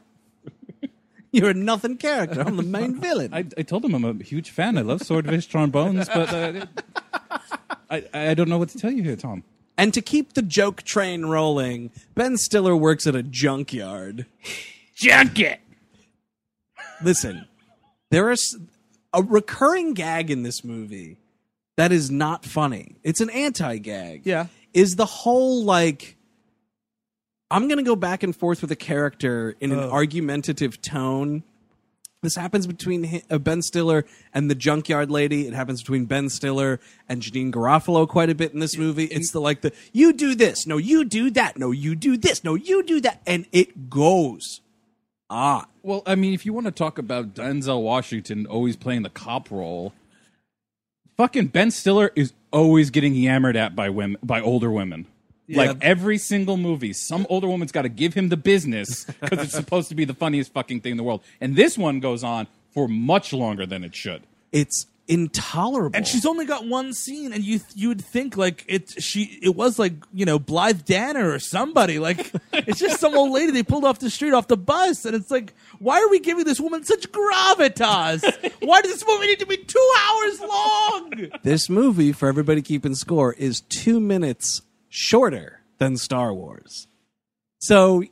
S1: You're a nothing character. I'm the main villain.
S3: I, I told him I'm a huge fan. I love swordfish trombones, but uh, I I don't know what to tell you here, Tom.
S1: and to keep the joke train rolling, Ben Stiller works at a junkyard.
S2: Junket.
S1: Listen, there is a recurring gag in this movie that is not funny. It's an anti gag.
S2: Yeah.
S1: Is the whole like, I'm going to go back and forth with a character in an argumentative tone. This happens between hi- uh, Ben Stiller and the junkyard lady. It happens between Ben Stiller and Janine Garofalo quite a bit in this movie. It's the like the you do this, no you do that, no you do this, no you do that, and it goes on.
S3: Well, I mean, if you want to talk about Denzel Washington always playing the cop role, fucking Ben Stiller is always getting yammered at by women, by older women. Like every single movie, some older woman's got to give him the business because it's supposed to be the funniest fucking thing in the world. And this one goes on for much longer than it should.
S1: It's intolerable.
S2: And she's only got one scene, and you you would think like it she it was like you know Blythe Danner or somebody like it's just some old lady they pulled off the street off the bus, and it's like why are we giving this woman such gravitas? why does this movie need to be two hours long?
S1: this movie, for everybody keeping score, is two minutes shorter than Star Wars. So,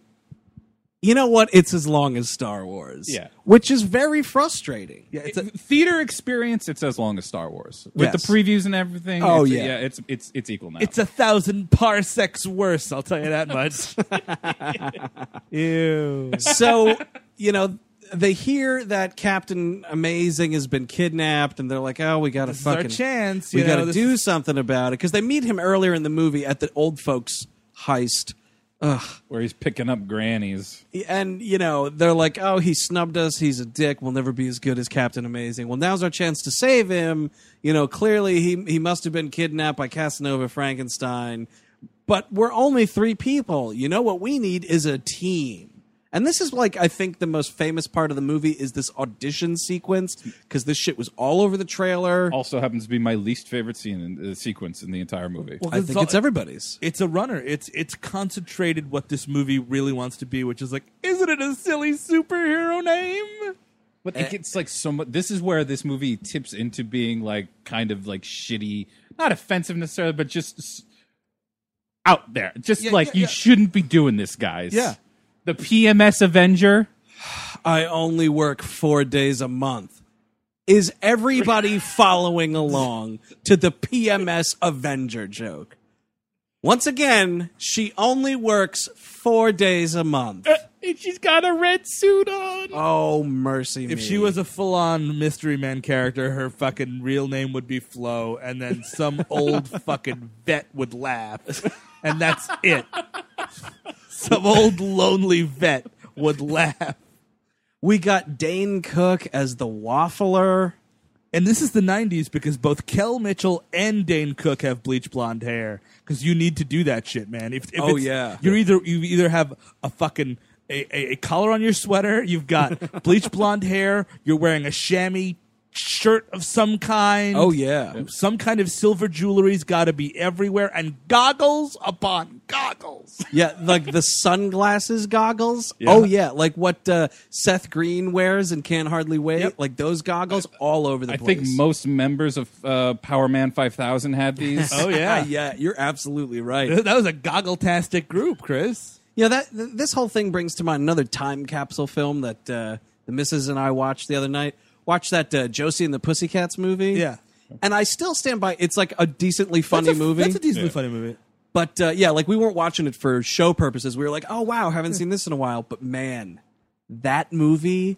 S1: you know what? It's as long as Star Wars.
S3: Yeah.
S1: Which is very frustrating. Yeah.
S3: It's a theater experience. It's as long as Star Wars with
S1: Yes.
S3: the previews and everything.
S1: Oh,
S3: it's-
S1: yeah.
S3: it's it's it's equal now.
S2: It's a thousand parsecs worse, I'll tell you that much. Ew.
S1: So, you know, they hear that Captain Amazing has been kidnapped, and they're like, "Oh, we got to
S2: is our
S1: fucking
S2: chance,
S1: We
S2: you
S1: got
S2: know,
S1: to
S2: this
S1: do
S2: is-
S1: something about it." Because they meet him earlier in the movie at the old folks heist.
S3: where he's picking up grannies.
S1: and you know they're like oh he snubbed us he's a dick we'll never be as good as captain amazing well now's our chance to save him you know clearly he he must have been kidnapped by casanova frankenstein but we're only three people you know what we need is a team and this is like i think the most famous part of the movie is this audition sequence because this shit was all over the trailer
S3: Also happens to be my least favorite scene in, uh, sequence in the entire movie.
S1: i think it's everybody's
S2: it's a runner. It's it's concentrated what this movie really wants to be, which is like, isn't it a silly superhero name?
S3: But
S2: Eh.
S3: it gets like so much. This is where this movie tips into being like kind of like shitty, not offensive necessarily, but just s- out there. Just
S2: Yeah,
S3: like
S2: yeah,
S3: you
S2: yeah.
S3: shouldn't be doing this, guys.
S2: Yeah.
S3: The PMS Avenger.
S1: I only work four days a month. Is everybody following along to the PMS Avenger joke? Once again, she only works four days a month.
S3: And she's got a red suit on.
S1: Oh, mercy
S2: If she was a full on mystery man character, her fucking real name would be Flo, and then some old fucking vet would laugh. And that's it. Some old lonely vet would laugh.
S1: We got Dane Cook as the waffler.
S2: And this is the 90s because both Kel Mitchell and Dane Cook have bleach blonde hair because you need to do that shit, man. If, if
S1: Oh,
S2: it's-
S1: yeah.
S2: you're either you either have a fucking a, a, a collar on your sweater, you've got bleach blonde hair, you're wearing a chamois shirt of some kind.
S1: Oh, yeah.
S2: some kind of silver jewelry's got to be everywhere, and goggles upon goggles.
S1: Yeah, like the sunglasses goggles. Oh yeah, like what uh, Seth Green wears and can't hardly wait.
S2: Yep.
S1: Like those goggles all over the
S3: I
S1: place.
S3: think most members of uh, Power Man 5000 had these.
S2: Oh yeah,
S1: yeah, you're absolutely right.
S2: that was a goggle-tastic group, Chris.
S1: You know that th- this whole thing brings to mind another time capsule film that uh, the missus and I watched the other night. Watched that uh, Josie and the Pussycats movie.
S2: Yeah.
S1: And I still stand by. It's like a decently funny
S2: That's a-
S1: movie.
S2: That's a decently funny movie.
S1: but uh, yeah, like we weren't watching it for show purposes. We were like, oh wow, haven't seen this in a while. But man, that movie,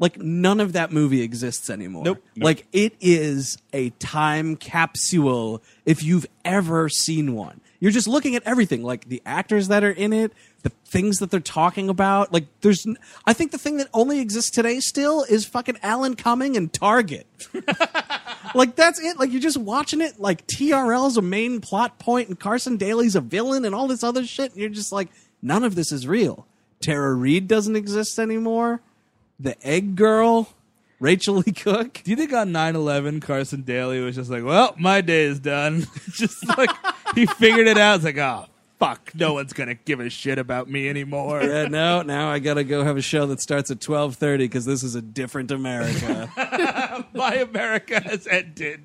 S1: like none of that movie exists anymore.
S2: Nope.
S1: Like it is a time capsule if you've ever seen one. You're just looking at everything, like the actors that are in it, the things that they're talking about. Like there's, n- I think the thing that only exists today still is fucking Alan Cumming and Target like that's it. Like you're just watching it. Like TRL's a main plot point, and Carson Daly's a villain, and all this other shit. And you're just like, none of this is real. Tara Reid doesn't exist anymore. The Egg Girl, Rachel Lee Cook.
S2: Do you think on 9 11, Carson Daly was just like, well, my day is done? just like, he figured it out. It's like, oh, fuck, no one's going to give a shit about me anymore.
S1: Yeah, no, now I gotta go have a show that starts at twelve thirty because this is a different America.
S2: My America has ended.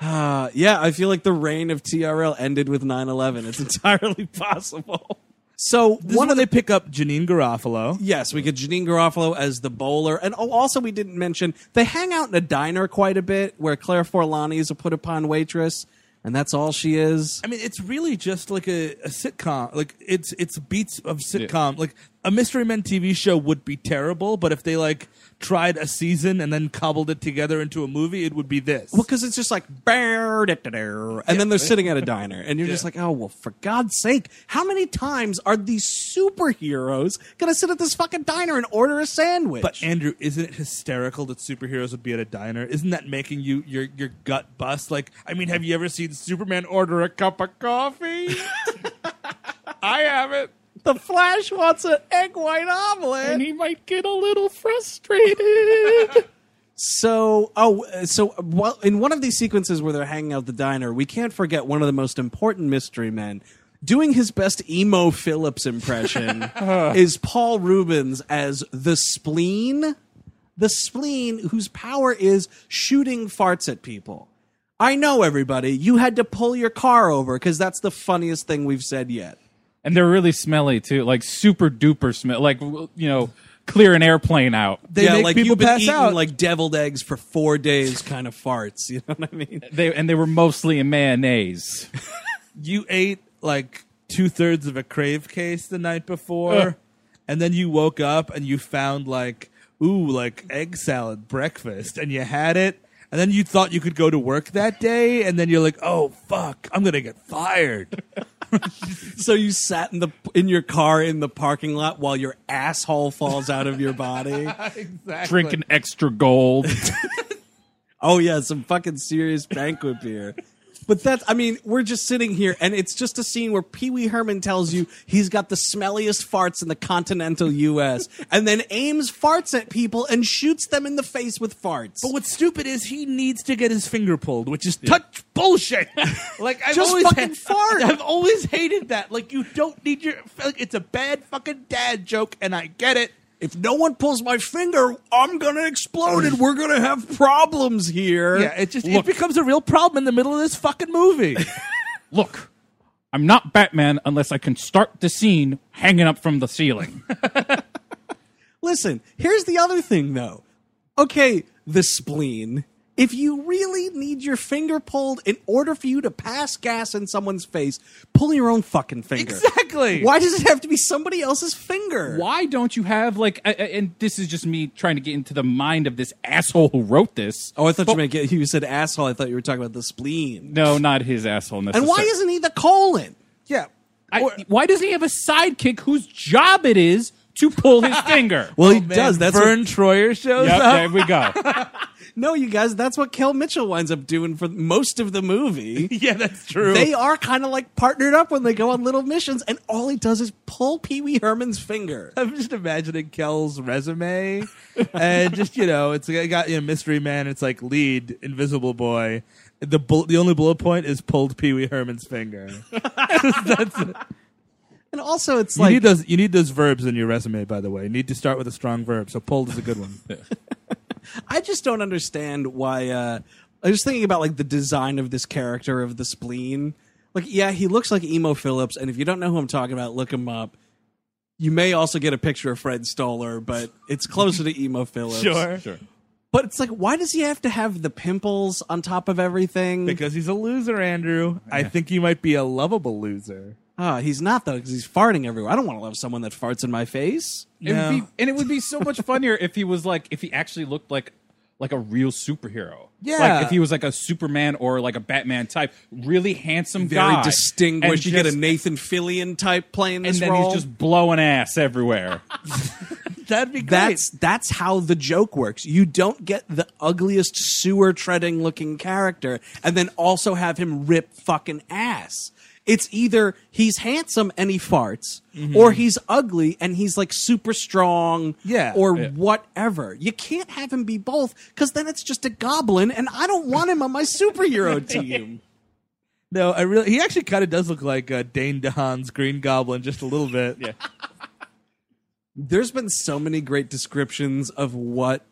S1: Uh, yeah, I feel like the reign of TRL ended with 9-11. It's entirely possible. So
S2: This
S1: one of
S2: is when
S1: the
S2: they pick up Janine Garofalo.
S1: yes, we get Janine Garofalo as the bowler, and oh, also we didn't mention they hang out in a diner quite a bit where Claire Forlani is a put upon waitress, and that's all she is.
S2: I mean, it's really just like a, a sitcom. Like it's it's beats of sitcom. Like a Mystery Men TV show would be terrible, but if they like tried a season and then cobbled it together into a movie, it would be this.
S1: Well, because it's just like, "Bear, da, da, da," and then they're sitting at a diner, and you're just like, oh, well, for God's sake, how many times are these superheroes going to sit at this fucking diner and order a sandwich?
S2: But Andrew, isn't it hysterical that superheroes would be at a diner? Isn't that making you your your gut bust? Like, I mean, have you ever seen Superman order a cup of coffee? I haven't.
S1: the Flash wants an egg white omelet.
S3: he might get a little frustrated.
S1: So, oh, uh, so uh, well, in one of these sequences where they're hanging out at the diner, we can't forget one of the most important mystery men. Doing his best emo Phillips impression is Paul Rubens as the spleen, the spleen whose power is shooting farts at people. I know everybody, you had to pull your car over because that's the funniest thing we've said yet.
S3: and they're really smelly too, like super duper smell, like you know, clear an airplane out.
S2: They
S1: yeah,
S2: make
S1: like
S2: people
S1: you've been
S2: pass
S1: eating
S2: out.
S1: like deviled eggs for four days, kind of farts. You know what I mean?
S3: They and they were mostly in mayonnaise.
S2: you ate like two thirds of a crave case the night before, and then you woke up and you found like ooh like egg salad breakfast, and you had it, and then you thought you could go to work that day, and then you're like, oh fuck, I'm gonna get fired.
S1: So you sat in the in your car in the parking lot while your asshole falls out of your body.
S2: exactly.
S3: Drinking extra gold.
S1: oh yeah, some fucking serious banquet beer. But that's I mean, we're just sitting here and it's just a scene where Pee-wee Herman tells you he's got the smelliest farts in the continental US and then aims farts at people and shoots them in the face with farts.
S2: But what's stupid is he needs to get his finger pulled, which is touch bullshit. Like I've
S1: Just
S2: always
S1: fucking fart.
S2: I've always hated that. Like you don't need your. Like, it's a bad fucking dad joke, and I get it.
S1: if no one pulls my finger, I'm going to explode and we're going to have problems here.
S2: Yeah, it just it becomes a real problem in the middle of this fucking movie.
S3: Look, I'm not Batman unless I can start the scene hanging up from the ceiling.
S1: Listen, here's the other thing though. Okay, the spleen. If you really need your finger pulled in order for you to pass gas in someone's face, pull your own fucking finger.
S2: Exactly.
S1: Why does it have to be somebody else's finger?
S3: Why don't you have like? I, I- and this is just me trying to get into the mind of this asshole who wrote this.
S1: Oh, I thought you meant get, you said asshole. I thought you were talking about the spleen.
S3: No, not his asshole.
S1: And why isn't he the colon?
S2: yeah.
S3: I, why does he have a sidekick whose job it is to pull his finger?
S1: Well, he does. That's
S2: Oh, Vern
S1: what,
S2: Troyer shows
S3: Yep,
S2: up.
S3: there we go.
S1: no, you guys. That's what Kel Mitchell winds up doing for most of the movie.
S2: Yeah, that's true.
S1: They are kind of like partnered up when they go on little missions, and all he does is pull Pee Wee Herman's finger.
S2: I'm just imagining Kel's resume, and just you know, it's like I got you know, Mystery Man. It's like lead Invisible Boy. The bull the only bullet point is pulled Pee Wee Herman's finger.
S1: And also, it's
S2: you
S1: like
S2: need those. You need those verbs in your resume, by the way. You need to start with a strong verb. So pulled is a good one.
S1: I just don't understand why. Uh, I was thinking about like the design of this character of the spleen. Like, yeah, he looks like Emo Phillips, and if you don't know who I'm talking about, look him up. You may also get a picture of Fred Stoller, but it's closer to Emo Phillips.
S3: sure.
S1: But it's like, why does he have to have the pimples on top of everything?
S2: because he's a loser, Andrew. I think he might be a lovable loser.
S1: Ah, he's not though, because he's farting everywhere. I don't want to love someone that farts in my face.
S3: It would be, and it would be so much funnier if he was like if he actually looked like like a real superhero.
S1: Yeah.
S3: like if he was like a Superman or like a Batman type, really handsome
S1: Very
S3: guy,
S1: distinguished.
S3: and
S1: you get
S3: just-
S1: a Nathan Fillion type playing
S3: and
S1: this
S3: then
S1: role.
S3: he's just blowing ass everywhere.
S2: That'd be great.
S1: That's that's how the joke works. You don't get the ugliest sewer treading looking character and then also have him rip fucking ass. It's either he's handsome and he farts,
S3: Mm-hmm.
S1: or he's ugly and he's like super strong,
S2: Yeah.
S1: or
S3: Yeah.
S1: whatever. You can't have him be both because then it's just a goblin, and I don't want him on my superhero team.
S2: No, I really. He actually kind of does look like uh, Dane DeHaan's Green Goblin just a little bit. yeah.
S1: There's been so many great descriptions of what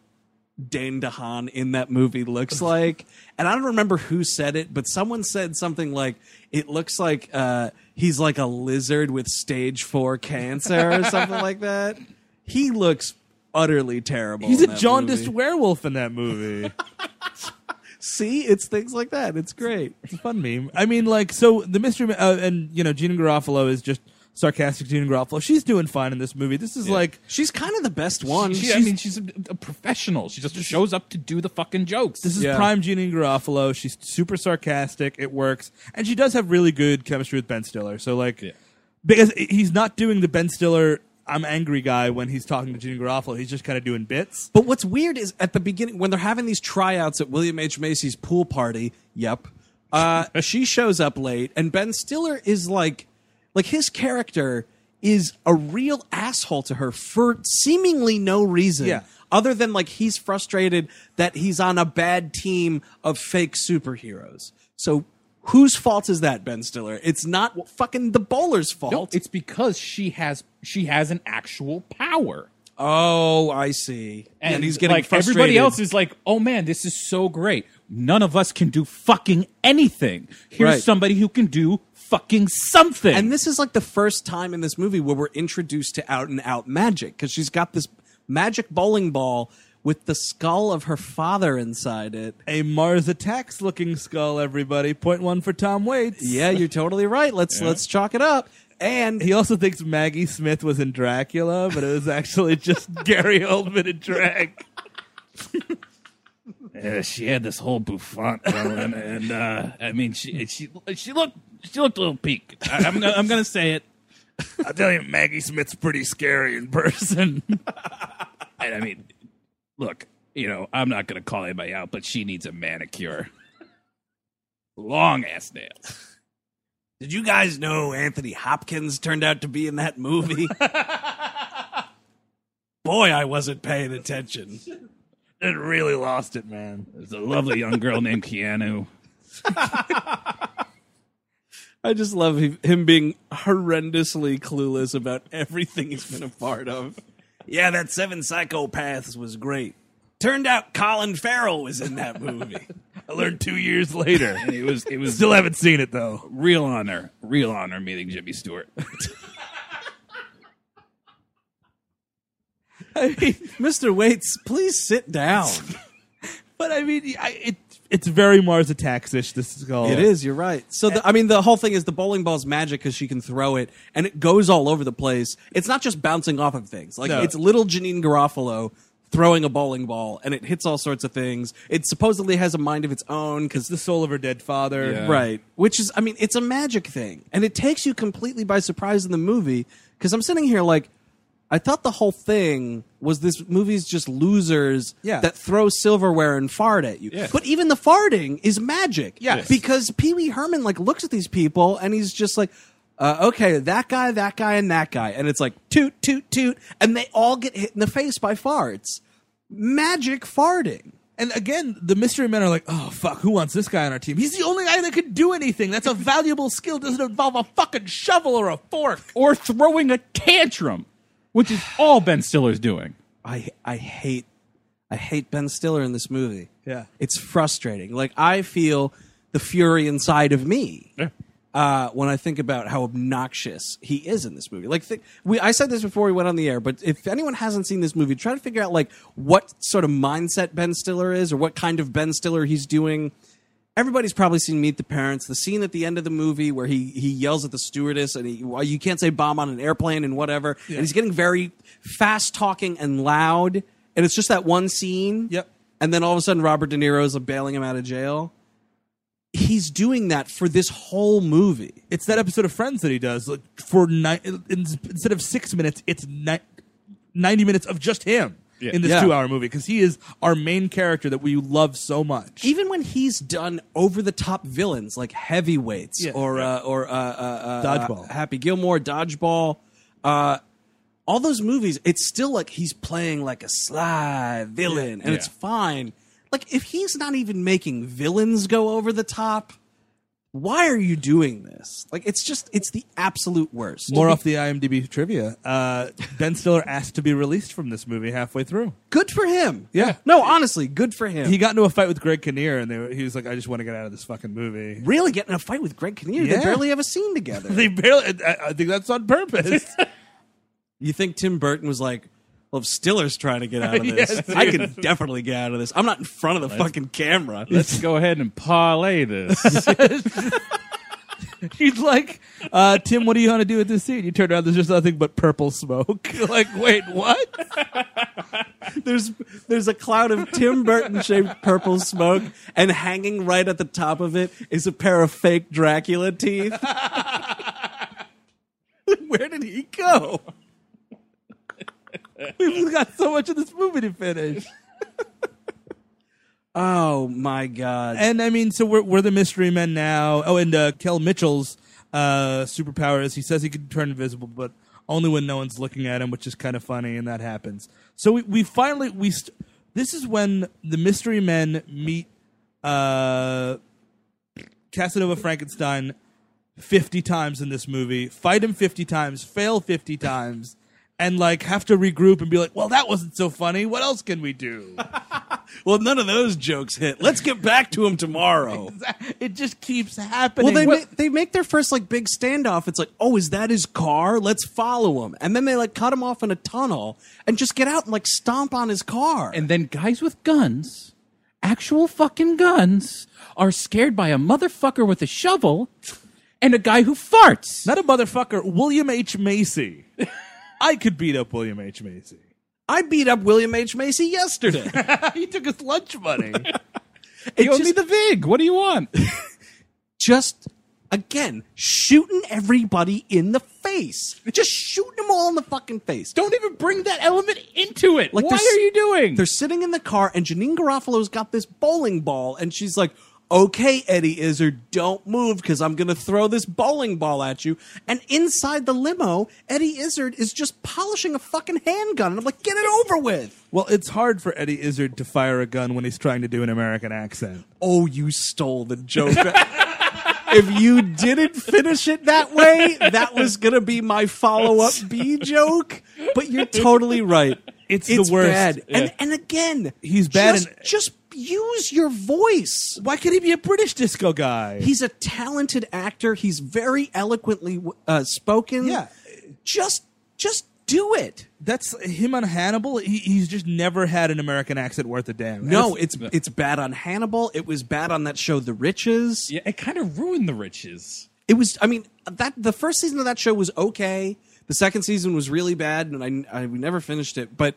S1: Dane DeHaan in that movie looks like. And I don't remember who said it, but someone said something like, it looks like uh, he's like a lizard with stage four cancer or something like that. He looks utterly terrible.
S2: He's
S1: in
S2: a
S1: that
S2: jaundiced
S1: movie.
S2: werewolf in that movie.
S1: See, it's things like that. It's great.
S2: it's a fun meme. I mean, like, so the mystery, Ma- uh, and you know, Gina Garofalo is just sarcastic. Gina Garofalo, she's doing fine in this movie. This is like
S1: She's kind of the best one.
S3: She, I
S1: She's-
S3: mean, she's a, a professional. She just shows up to do the fucking jokes.
S2: this is
S1: Yeah.
S2: prime Gina Garofalo. She's super sarcastic. It works, and she does have really good chemistry with Ben Stiller. So like,
S3: Yeah.
S2: because he's not doing the Ben Stiller. I'm angry guy when he's talking to Gina Garofalo. He's just kind of doing bits.
S1: But what's weird is at the beginning when they're having these tryouts at William H Macy's pool party. Yep, uh, she shows up late, and Ben Stiller is like, like his character is a real asshole to her for seemingly no reason.
S2: Yeah.
S1: Other than like he's frustrated that he's on a bad team of fake superheroes. So whose fault is that, Ben Stiller? It's not fucking the bowler's fault.
S3: no, it's because she has she has an actual power.
S1: oh, I see. And, he's getting
S3: like
S1: frustrated.
S3: everybody else is like, oh man, this is so great. None of us can do fucking anything. Here's
S1: Right.
S3: somebody who can do fucking something.
S1: And this is like the first time in this movie where we're introduced to out and out magic because she's got this magic bowling ball with the skull of her father inside it.
S2: A Mars Attacks looking skull, everybody. Point one for Tom Waits.
S1: Yeah, you're totally right. Let's let's chalk it up. And
S2: He also thinks Maggie Smith was in Dracula, but it was actually just Gary Oldman in drag.
S3: Yeah, she had this whole bouffant going, and uh, I mean, she she she looked she looked a little peak. I, I'm gonna, I'm gonna say it.
S2: I'll tell you, Maggie Smith's pretty scary in person.
S3: And I mean, look, you know, I'm not gonna call anybody out, but she needs a manicure. Long ass nails.
S1: did you guys know Anthony Hopkins turned out to be in that movie? Boy, I wasn't paying attention.
S2: It really lost it, man.
S3: There's a lovely young girl named Keanu.
S1: I just love hi- him being horrendously clueless about everything he's been a part of. Yeah, that Seven Psychopaths was great. Turned out Colin Farrell was in that movie.
S2: I learned two years later.
S3: And it was it was
S2: Still haven't seen it though.
S3: real honor, real honor meeting Jimmy Stewart.
S1: Mr. Waits, please sit down.
S2: But I mean, I, it it's very Mars Attacks ish. This is called.
S1: It is, you're right. So, the, I mean, the whole thing is the bowling ball's magic because she can throw it and it goes all over the place. It's not just bouncing off of things. Like,
S2: No.
S1: it's little Janine Garofalo throwing a bowling ball and it hits all sorts of things. It supposedly has a mind of its own because
S2: the soul of her dead father.
S3: Yeah.
S1: Right. Which is, I mean, it's a magic thing. And it takes you completely by surprise in the movie because I'm sitting here like, I thought the whole thing was this movie's just losers
S2: Yeah.
S1: that throw silverware and fart at you.
S3: Yeah.
S1: But even the farting is magic.
S2: Yes.
S1: Because Pee Wee Herman like looks at these people and he's just like, uh, okay, that guy, that guy, and that guy. And it's like toot, toot, toot. And they all get hit in the face by farts. Magic farting.
S2: And again, the mystery men are like, oh, fuck, who wants this guy on our team? He's the only guy that can do anything. That's a valuable skill. Doesn't involve a fucking shovel or a fork.
S3: or throwing a tantrum, which is all Ben Stiller's doing.
S1: I I hate I hate Ben Stiller in this movie.
S2: Yeah.
S1: It's frustrating. Like I feel the fury inside of me. Uh, when I think about how obnoxious he is in this movie, like th- we, I said this before we went on the air, but if anyone hasn't seen this movie, try to figure out like what sort of mindset Ben Stiller is, or what kind of Ben Stiller he's doing everybody's probably seen Meet the Parents. The scene at the end of the movie where he he yells at the stewardess and he, well, you can't say bomb on an airplane and whatever. And he's getting very fast talking and loud. And it's just that one scene.
S2: Yep.
S1: And then all of a sudden, Robert De Niro's bailing him out of jail. He's doing that for this whole movie.
S2: It's that episode of Friends that he does. Like for ni- in- instead of six minutes, it's ni- ninety minutes of just him. in this
S1: Yeah.
S2: two-hour movie because he is our main character that we love so much.
S1: Even when he's done over the top villains like heavyweights
S2: Yeah.
S1: or uh, or uh, uh, uh,
S2: Dodgeball.
S1: uh, Happy Gilmore, Dodgeball, uh, all those movies, it's still like he's playing like a sly villain, and it's fine. Like if he's not even making villains go over the top, why are you doing this? Like it's just it's the absolute worst.
S2: More off the IMDb trivia. Uh, ben Stiller asked to be released from this movie halfway through.
S1: good for him.
S2: Yeah.
S1: No, honestly, good for him.
S2: He got into a fight with Greg Kinnear, and they, were- he was like, "I just want to get out of this fucking movie."
S1: really get in a fight with Greg Kinnear. They
S2: Yeah.
S1: barely have a scene together.
S2: They barely. I, I think that's on purpose.
S1: You think Tim Burton was like, well, if Stiller's trying to get out of this,
S2: Yes,
S1: I can definitely get out of this. I'm not in front of the fucking camera.
S3: Let's go ahead and parlay this.
S2: He's like, uh, "Tim, what do you want to do with this scene?" You turn around, there's just nothing but purple smoke. You're like, wait, what?
S1: There's there's a cloud of Tim Burton shaped purple smoke, and hanging right at the top of it is a pair of fake Dracula teeth.
S2: Where did he go? We've got so much of this movie to finish.
S1: Oh my god.
S2: And I mean, so we're, we're the mystery men now. Oh, and uh, Kel Mitchell's uh, superpower is he says he can turn invisible, but only when no one's looking at him, which is kind of funny, and that happens. So we, we finally we st- this is when the mystery men meet uh, Casanova Frankenstein fifty times in this movie, fight him fifty times, fail fifty times. And like have to regroup and be like, well, that wasn't so funny. What else can we do?
S1: well, none of those jokes hit. Let's get back to him tomorrow.
S2: it just keeps happening.
S1: Well, they
S2: What-
S1: ma- they make their first like big standoff. It's like, oh, is that his car? Let's follow him. And then they like cut him off in a tunnel and just get out and like stomp on his car.
S5: And then guys with guns, actual fucking guns, are scared by a motherfucker with a shovel and a guy who farts.
S2: Not a motherfucker, William H. Macy. I could beat up William H. Macy.
S1: I beat up William H Macy yesterday.
S2: he took his lunch money.
S1: It
S3: you owe me
S1: just,
S3: the vig. What do you want?
S1: just again shooting everybody in the face. Just shooting them all in the fucking face.
S3: Don't even bring that element into it.
S1: Like
S3: Like, what
S1: they're s-
S3: are you doing?
S1: They're sitting in the car, and Janine Garofalo's got this bowling ball, and she's like, "Okay, Eddie Izzard, don't move because I'm gonna throw this bowling ball at you." And inside the limo, Eddie Izzard is just polishing a fucking handgun, and I'm like, "Get it over with!"
S2: well, it's hard for Eddie Izzard to fire a gun when he's trying to do an American accent.
S1: Oh, you stole the joke. If you didn't finish it that way, that was gonna be my follow-up B joke. But you're totally right.
S2: It's the worst.
S1: bad. And and again,
S2: He's bad
S1: Just,
S2: in-
S1: just use your voice.
S2: Why can't he be a British disco guy?
S1: He's a talented actor. He's very eloquently uh, spoken.
S2: Yeah.
S1: Just just do it.
S2: That's him on Hannibal. He, he's just never had an American accent worth a damn. And
S1: No,
S2: it's-
S1: it's it's bad on Hannibal. It was bad on that show The Riches.
S3: yeah, it kind of ruined the riches.
S1: It was I mean, that the first season of that show was okay. The second season was really bad and I I we never finished it, but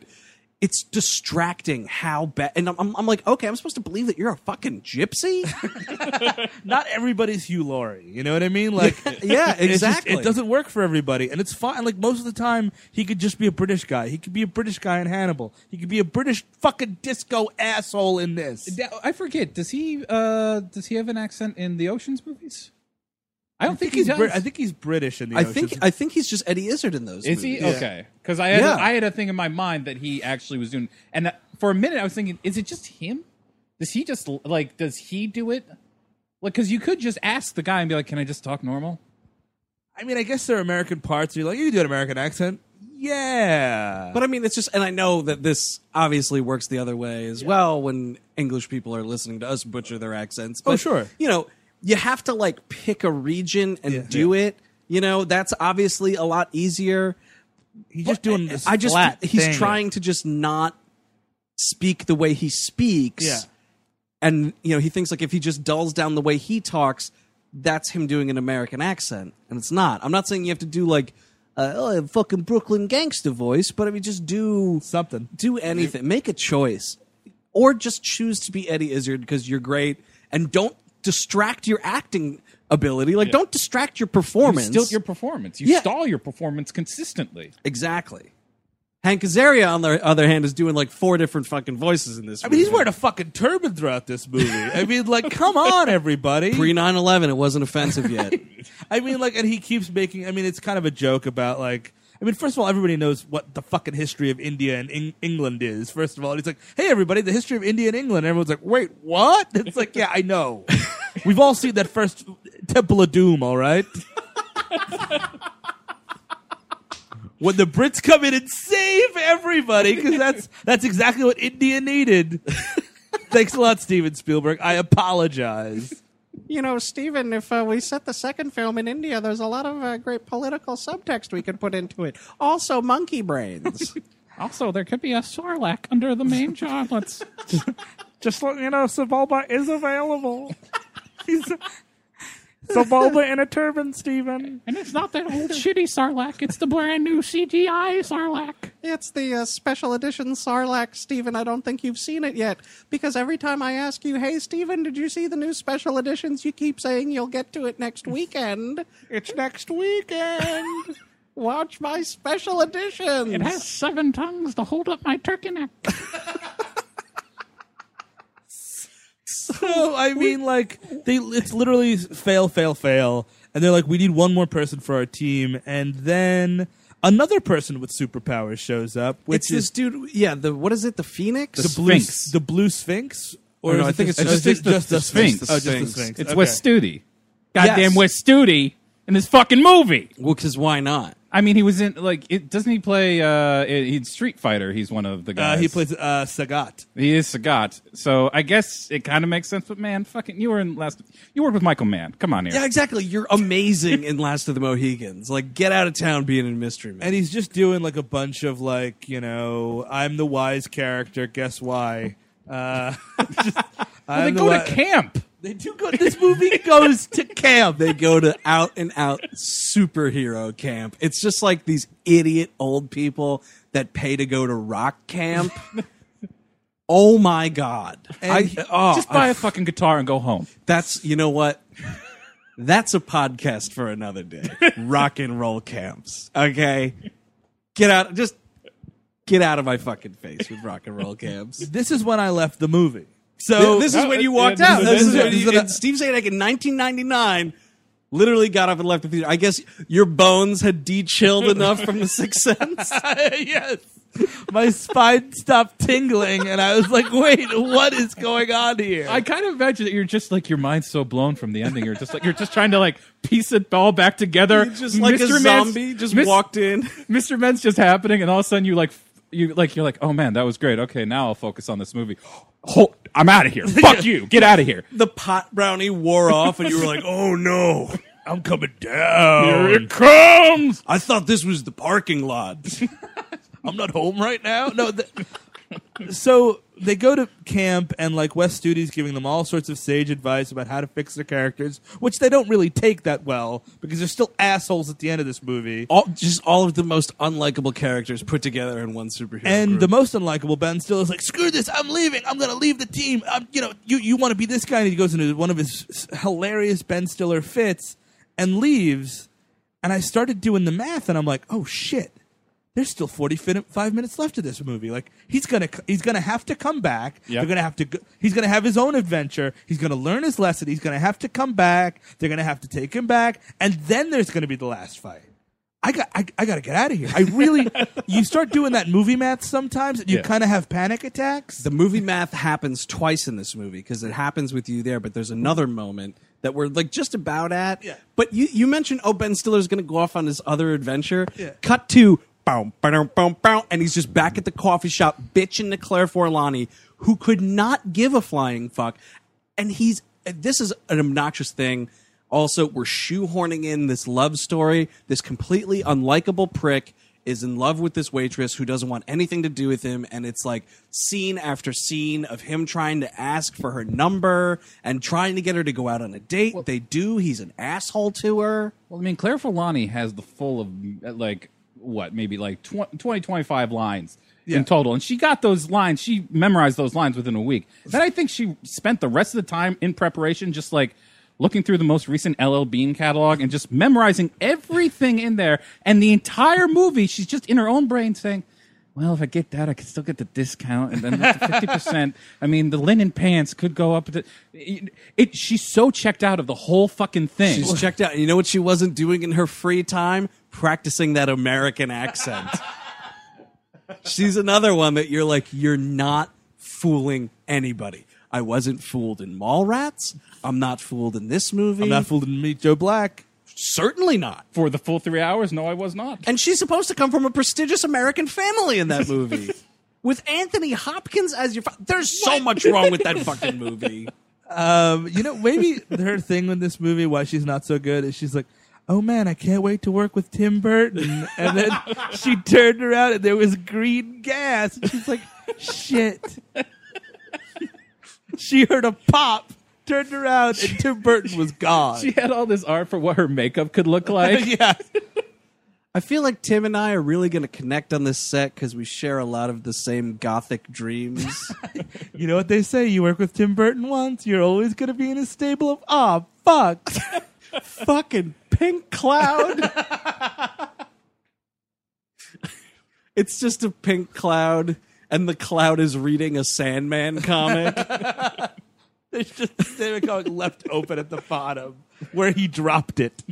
S1: it's distracting how bad and I'm- I'm I'm like, "Okay, I'm supposed to believe that you're a fucking gypsy?"
S2: not everybody's Hugh Laurie. You know what I mean? Like,
S1: Yeah,
S2: it's just-
S1: exactly.
S2: it doesn't work for everybody, and it's fine. Like most of the time, he could just be a British guy. He could be a British guy in Hannibal. He could be a British fucking disco asshole in this.
S3: Yeah, I forget. Does he? uh Does he have an accent in the Ocean's movies? I don't think,
S2: he's
S3: he does.
S2: Brit- I think he's British in the
S1: I
S2: ocean.
S1: think I think he's just Eddie Izzard in those
S3: Is he
S1: movies.
S3: okay? Because I had
S1: Yeah.
S3: a, I had a thing in my mind that he actually was doing, and uh, for a minute I was thinking, is it just him? Does he just like? Does he do it? Like, because you could just ask the guy and be like, "Can I just talk normal?"
S2: I mean, I guess there are American parts. You're like, you can do an American accent. Yeah.
S1: But I mean, it's just, and I know that this obviously works the other way as well when English people are listening to us butcher their accents. But,
S2: sure.
S1: You know, you have to like pick a region and
S2: Yeah.
S1: do it. You know, that's obviously a lot easier.
S2: he's just doing this.
S1: I just,
S2: flat
S1: he's
S2: thing.
S1: trying to just not speak the way he speaks.
S2: Yeah.
S1: And, you know, he thinks like if he just dulls down the way he talks, that's him doing an American accent. And it's not. I'm not saying you have to do like, uh, oh, a fucking Brooklyn gangster voice, but I mean, just do
S2: something.
S1: do anything. Make a choice, or just choose to be Eddie Izzard because you're great, and don't distract your acting ability. Like, don't distract your performance.
S3: Still, your performance. You
S1: Yeah.
S3: stall your performance consistently.
S1: exactly. Hank Azaria, on the other hand, is doing like four different fucking voices in this.
S2: I mean, he's wearing a fucking turban throughout this movie. I mean, like, come on, everybody.
S1: pre 9-11. It wasn't offensive yet.
S2: I mean, like, and he keeps making. I mean, it's kind of a joke about like. I mean, first of all, everybody knows what the fucking history of India and Eng- England is. First of all, and he's like, "Hey, everybody, the history of India and England." Everyone's like, "Wait, what?" It's like, "Yeah, I know. We've all seen that first Temple of Doom, all right." when the Brits come in and save everybody, because that's that's exactly what India needed. Thanks a lot, Steven Spielberg. I apologize.
S6: You know, Steven, if uh, we set the second film in India, there's a lot of uh, great political subtext we could put into it. Also, monkey brains.
S5: Also, there could be a Sarlacc under the main joblets.
S7: Just letting you know, Sebulba is available. He's Sebulba in a turban, Steven.
S5: And it's not that old shitty Sarlacc, it's the brand new CGI Sarlacc.
S6: it's the uh, special edition Sarlacc, Steven. I don't think you've seen it yet because every time I ask you, hey, Steven, did you see the new special editions? You keep saying you'll get to it next weekend.
S7: It's next weekend.
S6: Watch my special editions.
S5: It has seven tongues to hold up my turkey neck.
S2: No, I mean like they it's literally fail, fail, fail. And they're like, we need one more person for our team, and then another person with superpowers shows up, which
S1: it's
S2: is
S1: this dude. Yeah, the what is it? The Phoenix.
S2: the blue
S3: Sphinx.
S2: the blue Sphinx. Or
S1: Oh, no,
S2: is
S1: I
S2: it
S1: think
S2: just-
S1: it's
S2: oh,
S1: just-
S2: just, just the Sphinx.
S3: The
S2: Oh, just the
S3: Sphinx.
S2: Sphinx.
S3: It's
S2: Okay.
S3: West Studi. Goddamn
S1: Yes.
S3: West Studi in this fucking movie.
S1: well, because why not?
S3: I mean, he was in like it. Doesn't he play? Uh, in Street Fighter. He's one of the
S2: Uh,
S3: guys.
S2: he plays uh, Sagat.
S3: He is Sagat. So I guess it kind of makes sense. But man, fucking, you were in last. You worked with Michael Mann. Come on here.
S1: Yeah, exactly. You're amazing in Last of the Mohegans. Like, get out of town being in Mystery Man.
S2: And he's just doing like a bunch of like, you know, I'm the wise character, guess why? Uh, just,
S3: Well, they
S2: "I'm the
S3: go
S2: wi-
S3: to camp.
S2: They do go. This movie goes to camp.
S1: they go to out and out superhero camp. It's just like these idiot old people that pay to go to rock camp. oh my god! I, oh,
S3: Just buy
S1: I-
S3: a fucking guitar and go home.
S1: that's you know what. That's a podcast for another day. Rock and roll camps. Okay, get out. Just get out of my fucking face with rock and roll camps.
S2: This is when I left the movie. So
S1: this is when you
S3: yeah,
S1: walked
S3: this
S1: out.
S3: is-
S1: This is
S3: this
S1: when
S3: is-
S1: you, and Steve Zadek in 1999 literally got up and left the theater. I guess your bones had de-chilled enough from the Sixth Sense.
S2: yes. My spine stopped tingling, and I was like, wait, what is going on here?
S3: I kind of imagine that you're just like your mind's so blown from the ending. You're just like you're just trying to like piece it all back together.
S1: Just like a
S3: Mr. Man's-
S1: zombie, just
S3: Mis-
S1: walked in.
S3: Mr. Men's just happening, and all of a sudden you like f- you like you're like, oh man, that was great. Okay, now I'll focus on this movie. Hold, I'm out of here. Fuck you. Get out of here.
S1: The pot brownie wore off, and you were like, "Oh no!
S2: I'm coming
S3: Here
S2: down.
S3: it comes.
S1: I thought this was the parking lot."
S2: I'm not home right now. No. The, so they go to camp, and like West Studi's giving them all sorts of sage advice about how to fix their characters, which they don't really take that well because they're still assholes at the end of this movie.
S1: All just all of the most unlikable characters put together in one superhero.
S2: And
S1: group.
S2: the most unlikable Ben Still is like, "Screw this! I'm leaving. I'm gonna leave the team. I'm, you know, you you want to be this guy?" And he goes into one of his s- hilarious Ben Stiller fits and leaves. And I started doing the math, and I'm like, "Oh shit! There's still 45 minutes left of this movie. Like he's gonna c- he's gonna have to come back.
S3: Yeah.
S2: They're gonna have to. Go, he's gonna have his own adventure. He's gonna learn his lesson. He's gonna have to come back. They're gonna have to take him back, and then there's gonna be the last fight." I got I, I got to get out of here. I really you start doing that movie math sometimes and you
S3: Yeah.
S2: kind of have panic attacks.
S1: the movie math happens twice in this movie because it happens with you there, but there's another moment that we're like just about at.
S2: Yeah.
S1: But you, you mentioned oh Ben Stiller's going to go off on his other adventure.
S2: Yeah.
S1: Cut to bow, bow, bow, bow, and he's just back at the coffee shop bitching to Claire Forlani, who could not give a flying fuck. And he's this is an obnoxious thing. Also, we're shoehorning in this love story. This completely unlikable prick is in love with this waitress who doesn't want anything to do with him. And it's like scene after scene of him trying to ask for her number and trying to get her to go out on a date. they do. He's an asshole to her.
S3: Well, I mean, Claire Forlani has the full of like what maybe like 20, 20 25 lines in total, and she got those lines. She memorized those lines within a week. Then I think she spent the rest of the time in preparation, just like looking through the most recent LL Bean catalog and just memorizing everything in there. And the entire movie, she's just in her own brain saying.
S5: well, if I get that, I could still get the discount, and then fifty percent. I mean, the linen pants could go up. To, it, it- she's so checked out of the whole fucking thing.
S1: She's checked out. You know what she wasn't doing in her free time? Practicing that American accent. She's another one that you're like, you're not fooling anybody. I wasn't fooled in Mallrats. I'm not fooled in this movie.
S2: I'm not fooling me, Joe Black.
S1: Certainly not.
S3: For the full three hours? No, I was not.
S1: And she's supposed to come from a prestigious American family in that movie. With Anthony Hopkins as your. Fa- There's so much wrong with that fucking movie.
S2: Um, you know, maybe her thing with this movie, why she's not so good, is she's like, "Oh man, I can't wait to work with Tim Burton." And then she turned around and there was green gas, and she's like, "Shit!" she heard a pop, turned around, and Tim Burton was gone.
S3: She had all this art for what her makeup could look like.
S2: yeah,
S1: I feel like Tim and I are really going to connect on this set because we share a lot of the same gothic dreams.
S2: you know what they say: you work with Tim Burton once, you're always gonna be in a stable of ah, fuck.
S1: Fucking pink cloud. it's just a pink cloud, and the cloud is reading a Sandman comic.
S2: There's just the same comic left open at the bottom where he dropped it.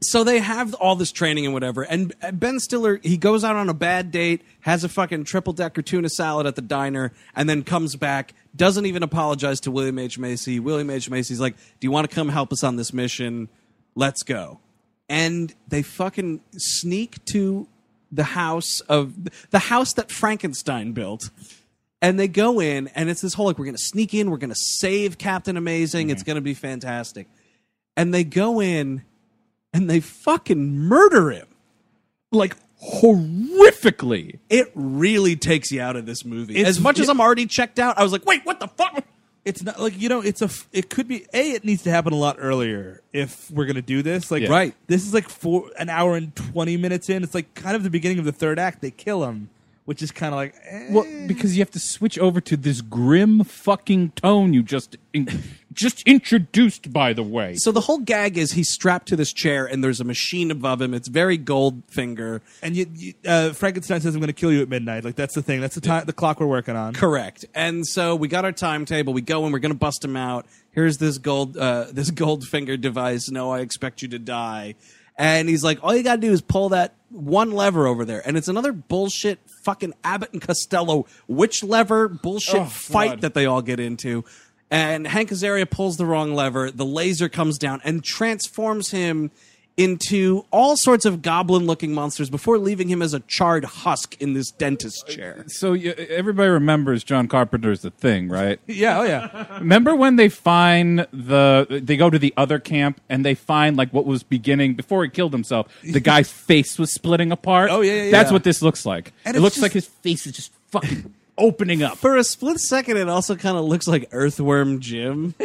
S1: so they have all this training and whatever. And Ben Stiller, he goes out on a bad date, has a fucking triple decker tuna salad at the diner, and then comes back, doesn't even apologize to William H. Macy. William H. Macy's like, Do you want to come help us on this mission? Let's go. And they fucking sneak to the house of the house that Frankenstein built. And they go in, and it's this whole like, we're going to sneak in, we're going to save Captain Amazing, it's going to be fantastic. And they go in, and they fucking murder him.
S3: Like, horrifically.
S1: It really takes you out of this movie.
S2: It's-
S1: as much as I'm already checked out, I was like, wait, what the fuck?
S2: it's not like you know it's a f- it could be a it needs to happen a lot earlier if we're gonna do this like
S3: Yeah.
S1: Right.
S2: this is like four an hour and 20 minutes in it's like kind of the beginning of the third act they kill him which is kind of like eh.
S3: Well, because you have to switch over to this grim fucking tone you just in- just introduced, by the way.
S1: So the whole gag is he's strapped to this chair and there's a machine above him. It's very Goldfinger.
S2: and you, you uh, frankenstein says i'm gonna kill you at midnight like that's the thing that's the time the clock we're working on
S1: Correct. And so we got our timetable. We go and we're going to bust him out. Here's this gold, uh, this Goldfinger device. No, I expect you to die. And he's like, all you got to do is pull that one lever over there. And it's another bullshit fucking Abbott and Costello witch lever bullshit fight that they all get into. And Hank Azaria pulls the wrong lever. The laser comes down and transforms him into all sorts of goblin looking monsters before leaving him as a charred husk in this dentist chair.
S3: So you, everybody remembers John Carpenter's The Thing, right?
S2: yeah oh yeah
S3: Remember when they find the they go to the other camp and they find like what was beginning before he killed himself. The guy's face was splitting apart.
S2: Oh, yeah, yeah,
S3: That's
S2: yeah.
S3: what this looks like.
S2: And
S3: it
S2: it's
S3: looks
S2: just-
S3: like his face is just fucking opening up.
S1: for a split second, it also kind of looks like Earthworm Jim.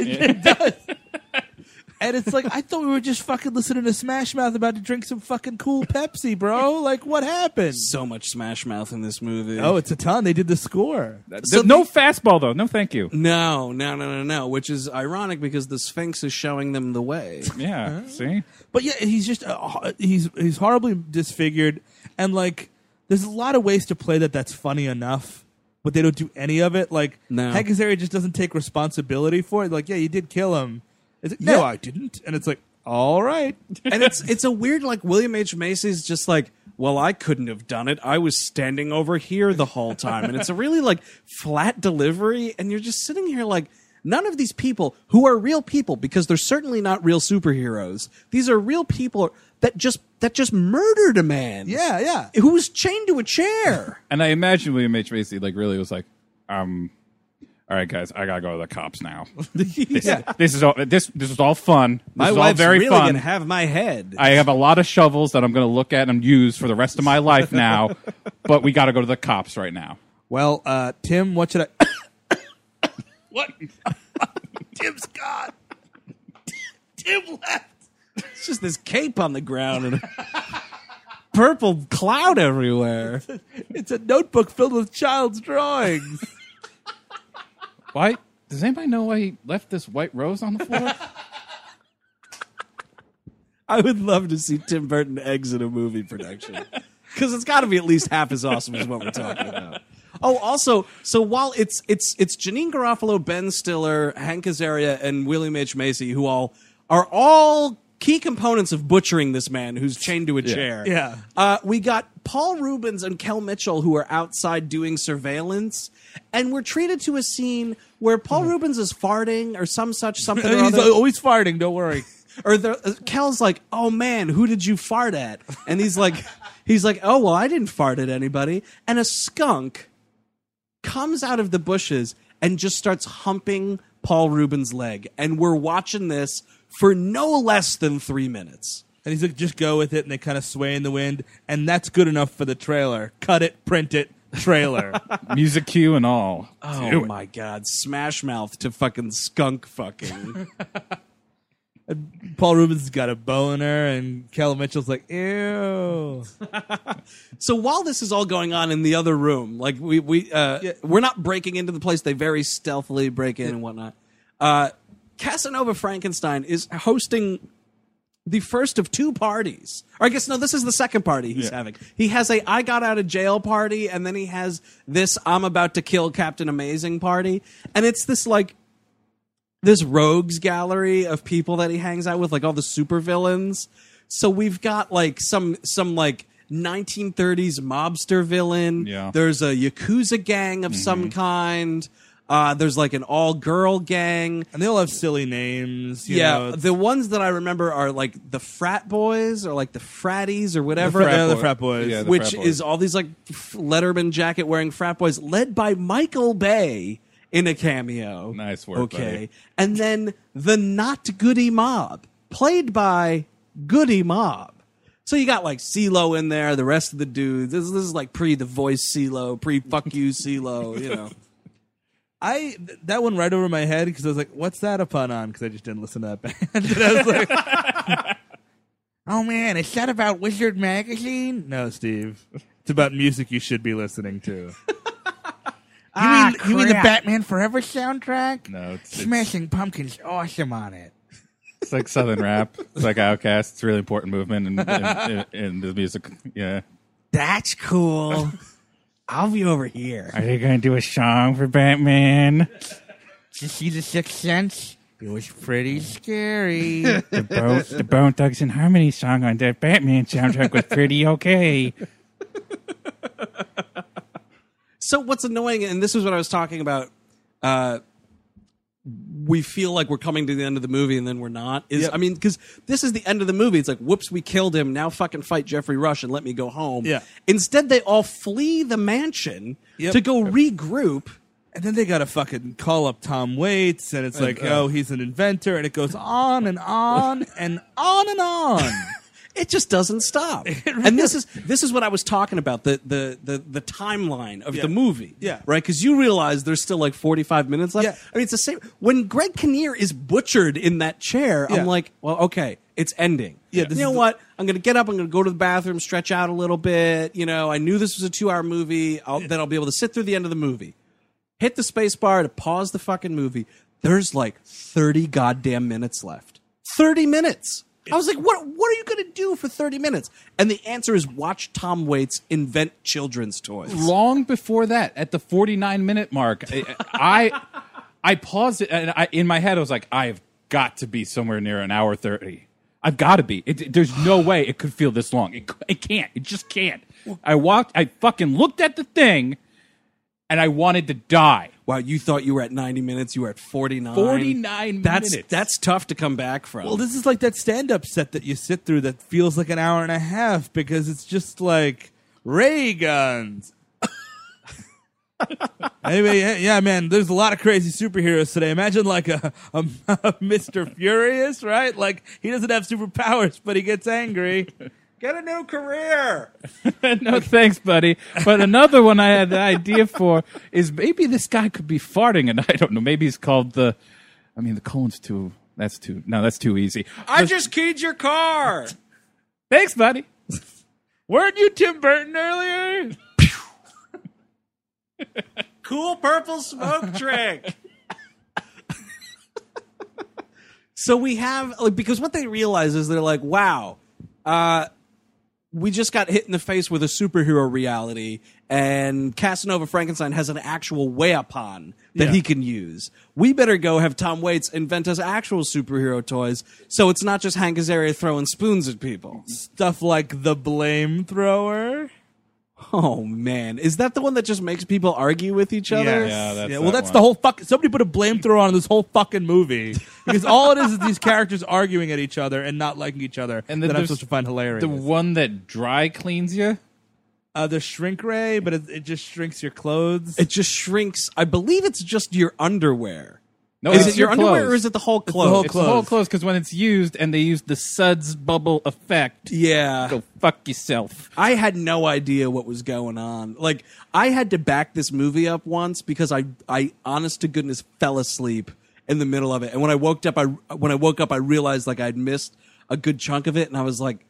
S2: and it's like i thought we were just fucking listening to smash mouth about to drink some fucking cool pepsi bro like what happened
S1: so much Smash Mouth in this movie.
S2: oh it's a ton they did the score
S1: So
S3: no fastball though. No, thank you.
S1: no, no, no, no, no. Which is ironic because the Sphinx is showing them the way.
S3: Yeah. See.
S2: But yeah, he's just uh, ho- he's he's horribly disfigured, and like there's a lot of ways to play that that's funny enough, but they don't do any of it. Like
S1: No.
S2: Hank Azaria just doesn't take responsibility for it. Like yeah, you did kill him. It's like, no,
S1: Yeah.
S2: I didn't, and it's like all right,
S1: and it's it's a weird like William H Macy's just like well I couldn't have done it I was standing over here the whole time and it's a really like flat delivery and you're just sitting here like none of these people who are real people because they're certainly not real superheroes these are real people that just that just murdered a man
S2: Yeah, yeah.
S1: who was chained to a chair
S3: And I imagine William H Macy like really was like, um, all right, guys, I gotta go to the cops now. this, this is all this this is all fun. This
S1: my
S3: is all
S1: wife's
S3: very
S1: really
S3: fun.
S1: gonna have my head
S3: I have a lot of shovels that I'm going to look at and use for the rest of my life now, but we got to go to the cops right now.
S2: Well, uh, Tim, what should I?
S3: What?
S2: Tim's gone. Tim left.
S1: it's just this cape on the ground and purple cloud everywhere
S2: It's a notebook filled with child's drawings.
S3: Why? Does anybody know why he left this white rose on the floor?
S1: I would love to see Tim Burton exit a movie production. because it's got to be at least half as awesome as what we're talking about. Oh, also, so while it's it's it's Janine Garofalo, Ben Stiller, Hank Azaria, and Willie Mitch Macy, who all are all key components of butchering this man who's chained to a chair.
S2: Yeah.
S1: Uh, we got Paul Rubens and Kel Mitchell who are outside doing surveillance, and we're treated to a scene where Paul Rubens is farting or some such something or
S2: Mm-hmm. He's
S1: other
S2: always farting. Don't worry.
S1: or the uh, Cal's like, "Oh man, who did you fart at?" And he's like, he's like, "Oh well, I didn't fart at anybody." And a skunk comes out of the bushes and just starts humping Paul Rubin's leg, and we're watching this for no less than three minutes.
S2: And he's like, just go with it. And they kind of sway in the wind. And that's good enough for the trailer. Cut it, print it, trailer.
S3: Music cue and all.
S1: Oh
S3: Do it.
S1: my god, Smash Mouth to fucking skunk fucking.
S2: Paul Rubens has got a boner. And Kel Mitchell's like, ew.
S1: so while this is all going on in the other room, like we we uh, we're not breaking into the place. They very stealthily break in and whatnot. Uh, Casanova Frankenstein is hosting the first of two parties. Or I guess no, this is the second party he's having. He has a I got out of jail party, and then he has this I'm about to kill Captain Amazing party, and it's this like this rogues gallery of people that he hangs out with, like all the supervillains. So we've got like some some like 1930s mobster villain.
S3: Yeah.
S1: There's a yakuza gang of some kind. Uh, there's like an all girl gang.
S2: And they all have silly names. You
S1: yeah,
S2: Know, it's-
S1: the ones that I remember are like the frat boys or like the fratties or whatever.
S2: frat
S1: uh,
S2: boy- the frat boys.
S3: Yeah, the
S1: which
S3: frat boys.
S1: is all these like f- Letterman jacket wearing frat boys led by Michael Bay in a cameo.
S3: Nice work,
S1: Okay.
S3: buddy.
S1: And then the not Goody Mob, played by Goody Mob. So you got like CeeLo in there, the rest of the dudes. This, this is like pre The Voice CeeLo, pre Fuck You CeeLo, you know.
S2: I th- that went right over my head because I was like, "What's that a pun on?" Because I just didn't listen to that band. And I was like, "Oh man, is that about Wizard Magazine?" No, Steve. It's about music you should be listening to. you, mean, you mean the Batman Forever soundtrack?
S3: Ah, No, it's- it's-
S2: Smashing Pumpkins awesome on it.
S3: It's like Southern rap. It's like Outcast. It's a really important movement in, in, in, in the music. Yeah.
S1: That's cool. I'll be over here.
S3: Are you going to do a song for Batman?
S2: Did you see the Sixth Sense? It was pretty scary.
S3: The, Bo- the Bone Thugs and Harmony song on that Batman soundtrack was pretty okay.
S1: So what's annoying, and this is what I was talking about. Uh, we feel like we're coming to the end of the movie, and then we're not. Is I mean, because this is the end of the movie. It's like, whoops, we killed him. Now fucking fight Jeffrey Rush and let me go home.
S2: Yeah.
S1: Instead, they all flee the mansion
S2: Yep.
S1: to go regroup.
S2: And then they gotta fucking call up Tom Waits, and it's like, oh, he's an inventor, and it goes on and on and on and on.
S1: It just doesn't stop. and this is this is what I was talking about the the the, the timeline of the movie.
S2: Yeah.
S1: Right. Because you realize there's still like 45 minutes left.
S2: Yeah.
S1: I mean, it's the same. When Greg Kinnear is butchered in that chair,
S2: Yeah.
S1: I'm like, well, okay, it's ending.
S2: Yeah, this
S1: you know
S2: is the-
S1: what? I'm gonna get up. I'm gonna go to the bathroom, stretch out a little bit. You know, I knew this was a two hour movie. I'll, Then I'll be able to sit through the end of the movie. Hit the space bar to pause the fucking movie. There's like 30 goddamn minutes left. 30 minutes. I was like, what, what are you going to do for 30 minutes? And the answer is watch Tom Waits invent children's toys.
S3: Long before that, at the 49 minute mark, I I, I paused it and I, in my head I was like, I've got to be somewhere near an hour 30. I've got to be. It, there's no way it could feel this long. It, c- it can't. It just can't. I walked, I fucking looked at the thing and I wanted to die.
S1: Wow, you thought you were at 90 minutes. You were at 49.
S3: 49
S1: that's,
S3: minutes.
S1: That's tough to come back from.
S2: well, this is like that stand up set that you sit through that feels like an hour and a half because it's just like ray guns. anyway, yeah, yeah, man, there's a lot of crazy superheroes today. Imagine like a, a, Mr. Furious, right? Like he doesn't have superpowers, but he gets angry. Get a new career.
S3: no thanks, buddy. But another one I had an idea for is maybe this guy could be farting, and I don't know. Maybe he's called the. I mean, the colon's too. That's too. No, that's too easy.
S1: I just keyed your car.
S3: Thanks, buddy.
S2: Weren't you Tim Burton earlier?
S1: cool purple smoke trick. so we have like because what they realize is they're like, wow, uh, we just got hit in the face with a superhero reality, and Casanova Frankenstein has an actual weapon that he can use. We better go have Tom Waits invent us actual superhero toys, so it's not just Hank Azaria throwing spoons at people.
S2: Stuff like the blame thrower.
S1: Oh man, is that the one that just makes people argue with each other?
S3: Yeah, that's
S2: yeah,
S3: that
S2: well, that's
S3: one.
S2: the whole fuck. Somebody put a blame thrower on this whole fucking movie because all it is is these characters arguing at each other and not liking each other, and
S3: then
S2: that I'm
S3: there's
S2: supposed to find hilarious.
S3: The one that dry cleans you.
S2: uh, the shrink ray, but it, it just shrinks your clothes.
S1: It just shrinks. I believe it's just your underwear.
S3: No,
S1: is
S3: Oh, it's
S1: it your,
S3: clothes.
S1: underwear or is it the whole clothes?
S2: whole
S3: It's
S2: clothes.
S3: the whole clothes because when it's used and they use the suds bubble effect,
S1: yeah.
S3: go fuck yourself.
S1: I had no idea what was going on. Like I had to back this movie up once because I I honest to goodness fell asleep in the middle of it. And when I woke up I when I woke up I realized like I'd missed a good chunk of it and I was like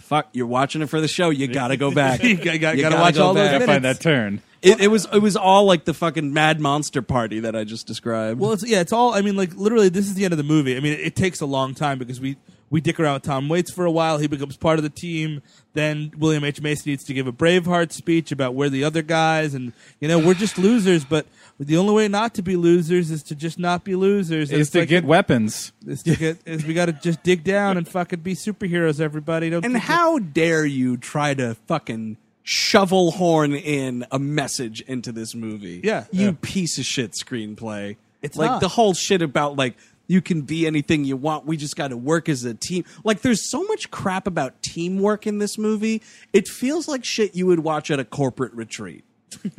S1: fuck you're watching it for the show you got to go back.
S2: You gotta- gotta watch all those
S1: back.
S3: Gotta find that turn.
S1: It, it was it was all like the fucking mad monster party that I just described.
S2: Well, it's, yeah, it's all. I mean, like literally, this is the end of the movie. I mean, it, it takes a long time because we we dick around with Tom Waits for a while. He becomes part of the team. Then William H Macy needs to give a Braveheart speech about we're the other guys, and you know we're just losers. But the only way not to be losers is to just not be losers. And
S3: Is
S2: it's
S3: to
S2: like-
S3: get weapons.
S2: is to get is we got to just dig down and fucking be superheroes. Everybody don't.
S1: and
S2: think-
S1: how dare you try to fucking shovel horn in a message into this movie?
S2: Yeah.
S1: You
S2: Yeah.
S1: piece of shit screenplay. It's like
S2: not.
S1: the whole shit about like you can be anything you want. We just got to work as a team. Like there's so much crap about teamwork in this movie. It feels like shit you would watch at a corporate retreat.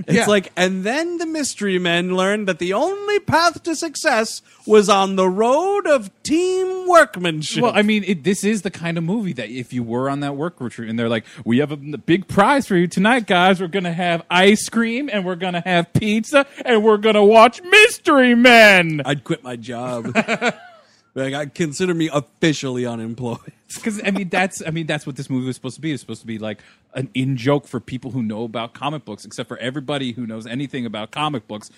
S1: It's
S2: Yeah.
S1: like, and then the mystery men learned that the only path to success was on the road of team workmanship.
S3: Well, I mean, it, this is the kind of movie that if you were on that work retreat and they're like, "We have a big prize for you tonight, guys. We're gonna have ice cream and we're gonna have pizza and we're gonna watch Mystery Men."
S1: I'd quit my job. like I consider me officially unemployed.
S3: Because I mean, that's I mean, that's what this movie was supposed to be. It's supposed to be like an in joke for people who know about comic books, except for everybody who knows anything about comic books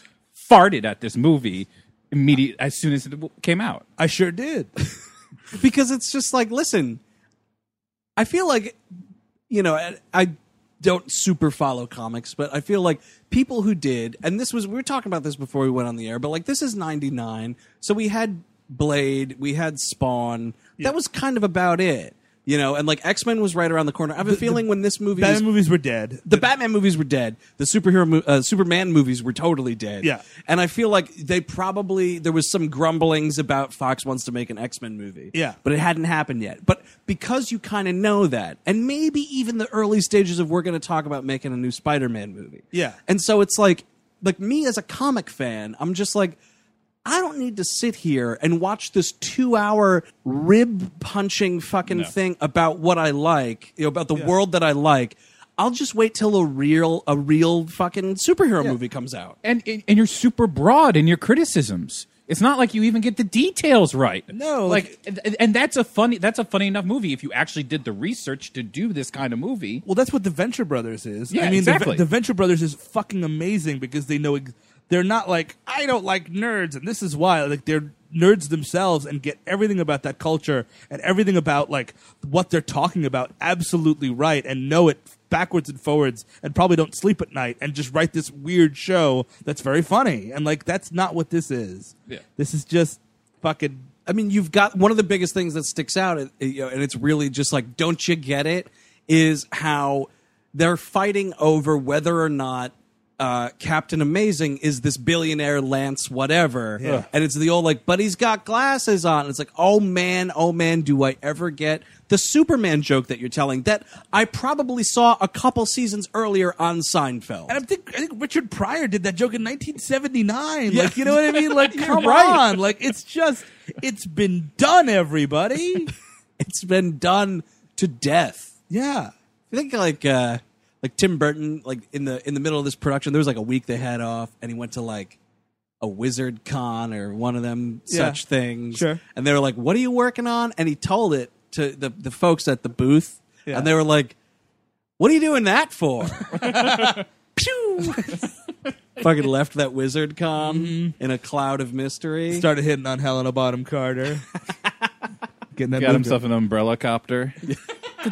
S3: farted at this movie immediate as soon as it w- came out.
S2: I sure did.
S1: Because it's just like, listen, I feel like you know, I- I don't super follow comics, but I feel like people who did, and this was, we were talking about this before we went on the air, but like this is 99. So we had Blade, we had Spawn. That was kind of about it, you know, and like X Men was right around the corner. I have a feeling when this movie was
S2: Batman movies were dead.
S1: the Batman movies were dead. The superhero, mo- uh, Superman movies were totally dead.
S2: Yeah.
S1: and I feel like they probably there was some grumblings about Fox wants to make an X Men movie.
S2: Yeah.
S1: but it hadn't happened yet. But because you kind of know that, and maybe even the early stages of we're going to talk about making a new Spider Man movie.
S2: Yeah.
S1: and so it's like like me as a comic fan, I'm just like. I don't need to sit here and watch this two hour rib punching fucking thing about what I like, you know, about the world that I like. I'll just wait till a real a real fucking superhero movie comes out.
S3: and and and you're super broad in your criticisms. It's not like you even get the details right.
S2: No,
S3: like, and, and that's a funny that's a funny enough movie if you actually did the research to do this kind of movie.
S2: Well, that's what the Venture Brothers is.
S3: Yeah,
S2: I mean, the Ve-
S3: exactly.
S2: the, Venture Brothers is fucking amazing because they know ex- they're not like I don't like nerds, and this is why. Like they're nerds themselves and get everything about that culture and everything about like what they're talking about absolutely right and know it backwards and forwards and probably don't sleep at night and just write this weird show that's very funny and like that's not what this is.
S3: Yeah.
S2: This is just fucking
S1: I mean, you've got one of the biggest things that sticks out, uh, you know, and it's really just like, don't you get it? Is how they're fighting over whether or not uh, Captain Amazing is this billionaire Lance whatever, and it's the old like, but he's got glasses on. it's like, oh man, oh man, do I ever get the Superman joke that you're telling that I probably saw a couple seasons earlier on Seinfeld?
S2: And I think I think Richard Pryor did that joke in 1979.
S1: Yeah.
S2: Like, you know what I mean? Like, come
S1: right.
S2: on. Like, it's just it's been done, everybody.
S1: it's been done to death.
S2: yeah.
S1: You think like uh like Tim Burton, like in the in the middle of this production, there was like a week they had off, and he went to like a wizard con or one of them
S2: Yeah.
S1: such things.
S2: Sure.
S1: And they were like, "What are you working on?" And he told it to the the folks at the booth,
S2: Yeah.
S1: and they were like, "What are you doing that for?" Pew! Fucking left that wizard con
S2: Mm-hmm.
S1: in a cloud of mystery.
S2: Started hitting on Helena Bottom Carter. Getting that
S3: Got
S2: boob
S3: himself an umbrella copter.
S2: he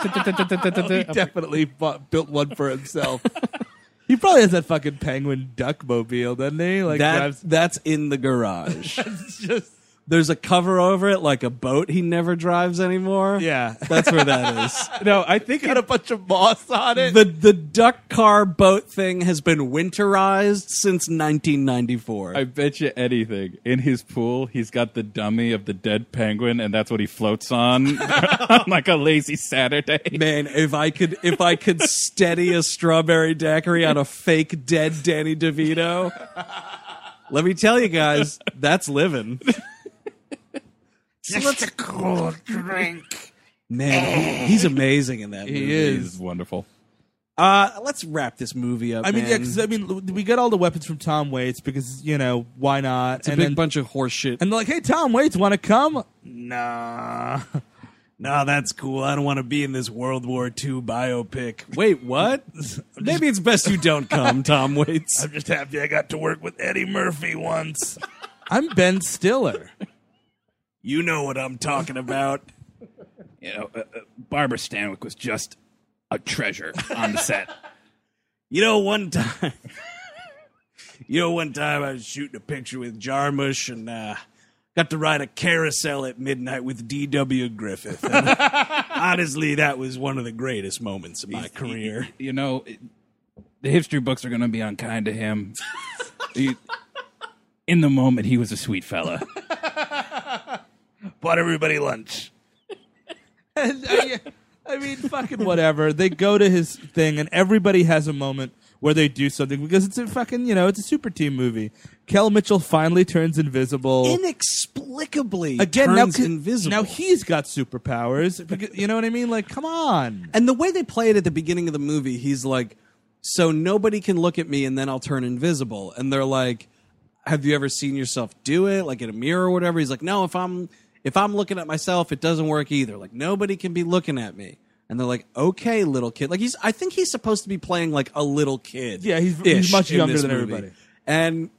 S2: definitely bu- built one for himself. he probably has that fucking penguin duck mobile, doesn't he? Like
S1: that,
S2: drives-
S1: that's in the garage.
S2: it's just
S1: There's a cover over it, like a boat he never drives anymore.
S2: yeah.
S1: That's where that is.
S2: no, I think it had a bunch of moss on it.
S1: the the duck car boat thing has been winterized since 1994.
S3: I bet you anything. In his pool, he's got the dummy of the dead penguin, and that's what he floats on on like a lazy Saturday.
S1: Man, if I could if I could steady a strawberry daiquiri on a fake dead Danny DeVito, let me tell you guys, that's living.
S7: Just a cool drink.
S1: Man, he- he's amazing in that movie.
S2: he is.
S3: He's wonderful.
S1: Uh, let's wrap this movie up.
S2: I mean,
S1: man.
S2: yeah, 'cause, I mean, l- we got all the weapons from Tom Waits because you know why not?
S1: it's a
S2: and
S1: big
S2: then,
S1: bunch of horse shit.
S2: and they're like, hey, Tom Waits, want to come? Nah.
S1: No, that's cool. I don't want to be in this World War II biopic. Wait, what? Maybe it's best you don't come, Tom Waits.
S2: I'm just happy I got to work with Eddie Murphy once. I'm Ben Stiller.
S1: You know what I'm talking about.
S3: You know, uh, uh, Barbara Stanwyck was just a treasure on the set.
S1: You know, one time, you know, one time I was shooting a picture with Jarmusch and uh, got to ride a carousel at midnight with D.W. Griffith. And honestly, that was one of the greatest moments of my career.
S3: You know, it- the history books are going to be unkind to him. He- in the moment, he was a sweet fella.
S2: Bought everybody lunch. and, I, mean- I mean, fucking whatever. They go to his thing, and everybody has a moment where they do something because it's a fucking, you know, it's a super team movie. Kel Mitchell finally turns invisible.
S1: Inexplicably,
S2: Again,
S1: turns
S2: now, 'cause-
S1: invisible.
S2: now he's got superpowers. Because, you know what I mean? Like, come on.
S1: And the way they play it at the beginning of the movie, he's like, "So nobody can look at me, and then I'll turn invisible." And they're like, "Have you ever seen yourself do it, like in a mirror or whatever?" He's like, "No, if I'm if I'm looking at myself, it doesn't work either. Like nobody can be looking at me." And they're like, "Okay, little kid." Like he's, I think he's supposed to be playing like a little kid.
S2: Yeah, he's- he's
S1: ish
S2: much
S1: in
S2: younger
S1: this
S2: than
S1: movie.
S2: everybody.
S1: And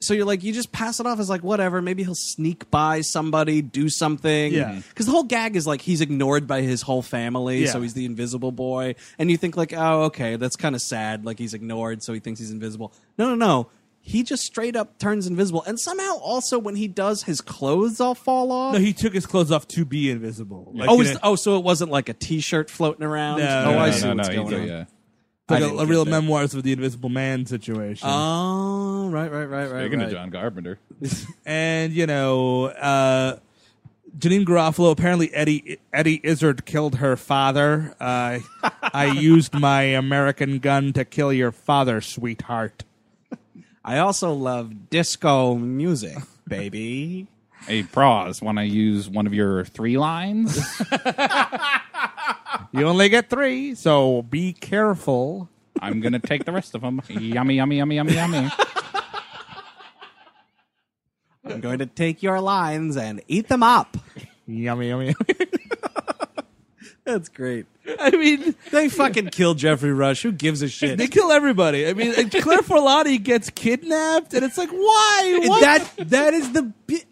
S1: so you're like, you just pass it off as like whatever. Maybe he'll sneak by somebody, do something.
S2: Yeah.
S1: Because the whole gag is like he's ignored by his whole family,
S2: Yeah.
S1: so he's the invisible boy. And you think like, oh, okay, that's kind of sad. Like he's ignored, so he thinks he's invisible. No, no, no. He just straight up turns invisible, and somehow also when he does, his clothes all fall off.
S2: No, he took his clothes off to be invisible. Like,
S1: oh,
S2: you
S1: is-
S2: know,
S1: oh, so it wasn't like a T-shirt floating around.
S2: No,
S1: oh,
S2: no,
S1: I
S2: no,
S1: see
S2: no,
S1: what's going
S3: he's a-
S1: on.
S3: yeah.
S2: like
S1: I
S2: a,
S1: didn't
S2: a
S1: get
S2: real
S1: that.
S2: memoirs of the Invisible Man situation.
S1: Oh, right, right, right, right.
S3: Speaking
S1: right.
S3: of John Carpenter,
S2: and you know, uh, Janine Garofalo. Apparently, Eddie Eddie Izzard killed her father. Uh, I used my American gun to kill your father, sweetheart.
S1: I also love disco music, baby.
S3: hey, Pros, want to use one of your three lines?
S2: You only get three, so be careful.
S3: I'm going to take the rest of them. Yummy, yummy, yummy, yummy, yummy.
S1: I'm going to take your lines and eat them up.
S2: Yummy, yummy.
S1: That's great.
S2: I mean,
S1: They fucking killed Jeffrey Rush. Who gives a shit?
S2: they kill everybody. I mean, and Claire Forlani gets kidnapped, and it's like, why? What?
S1: That that is the. Bi-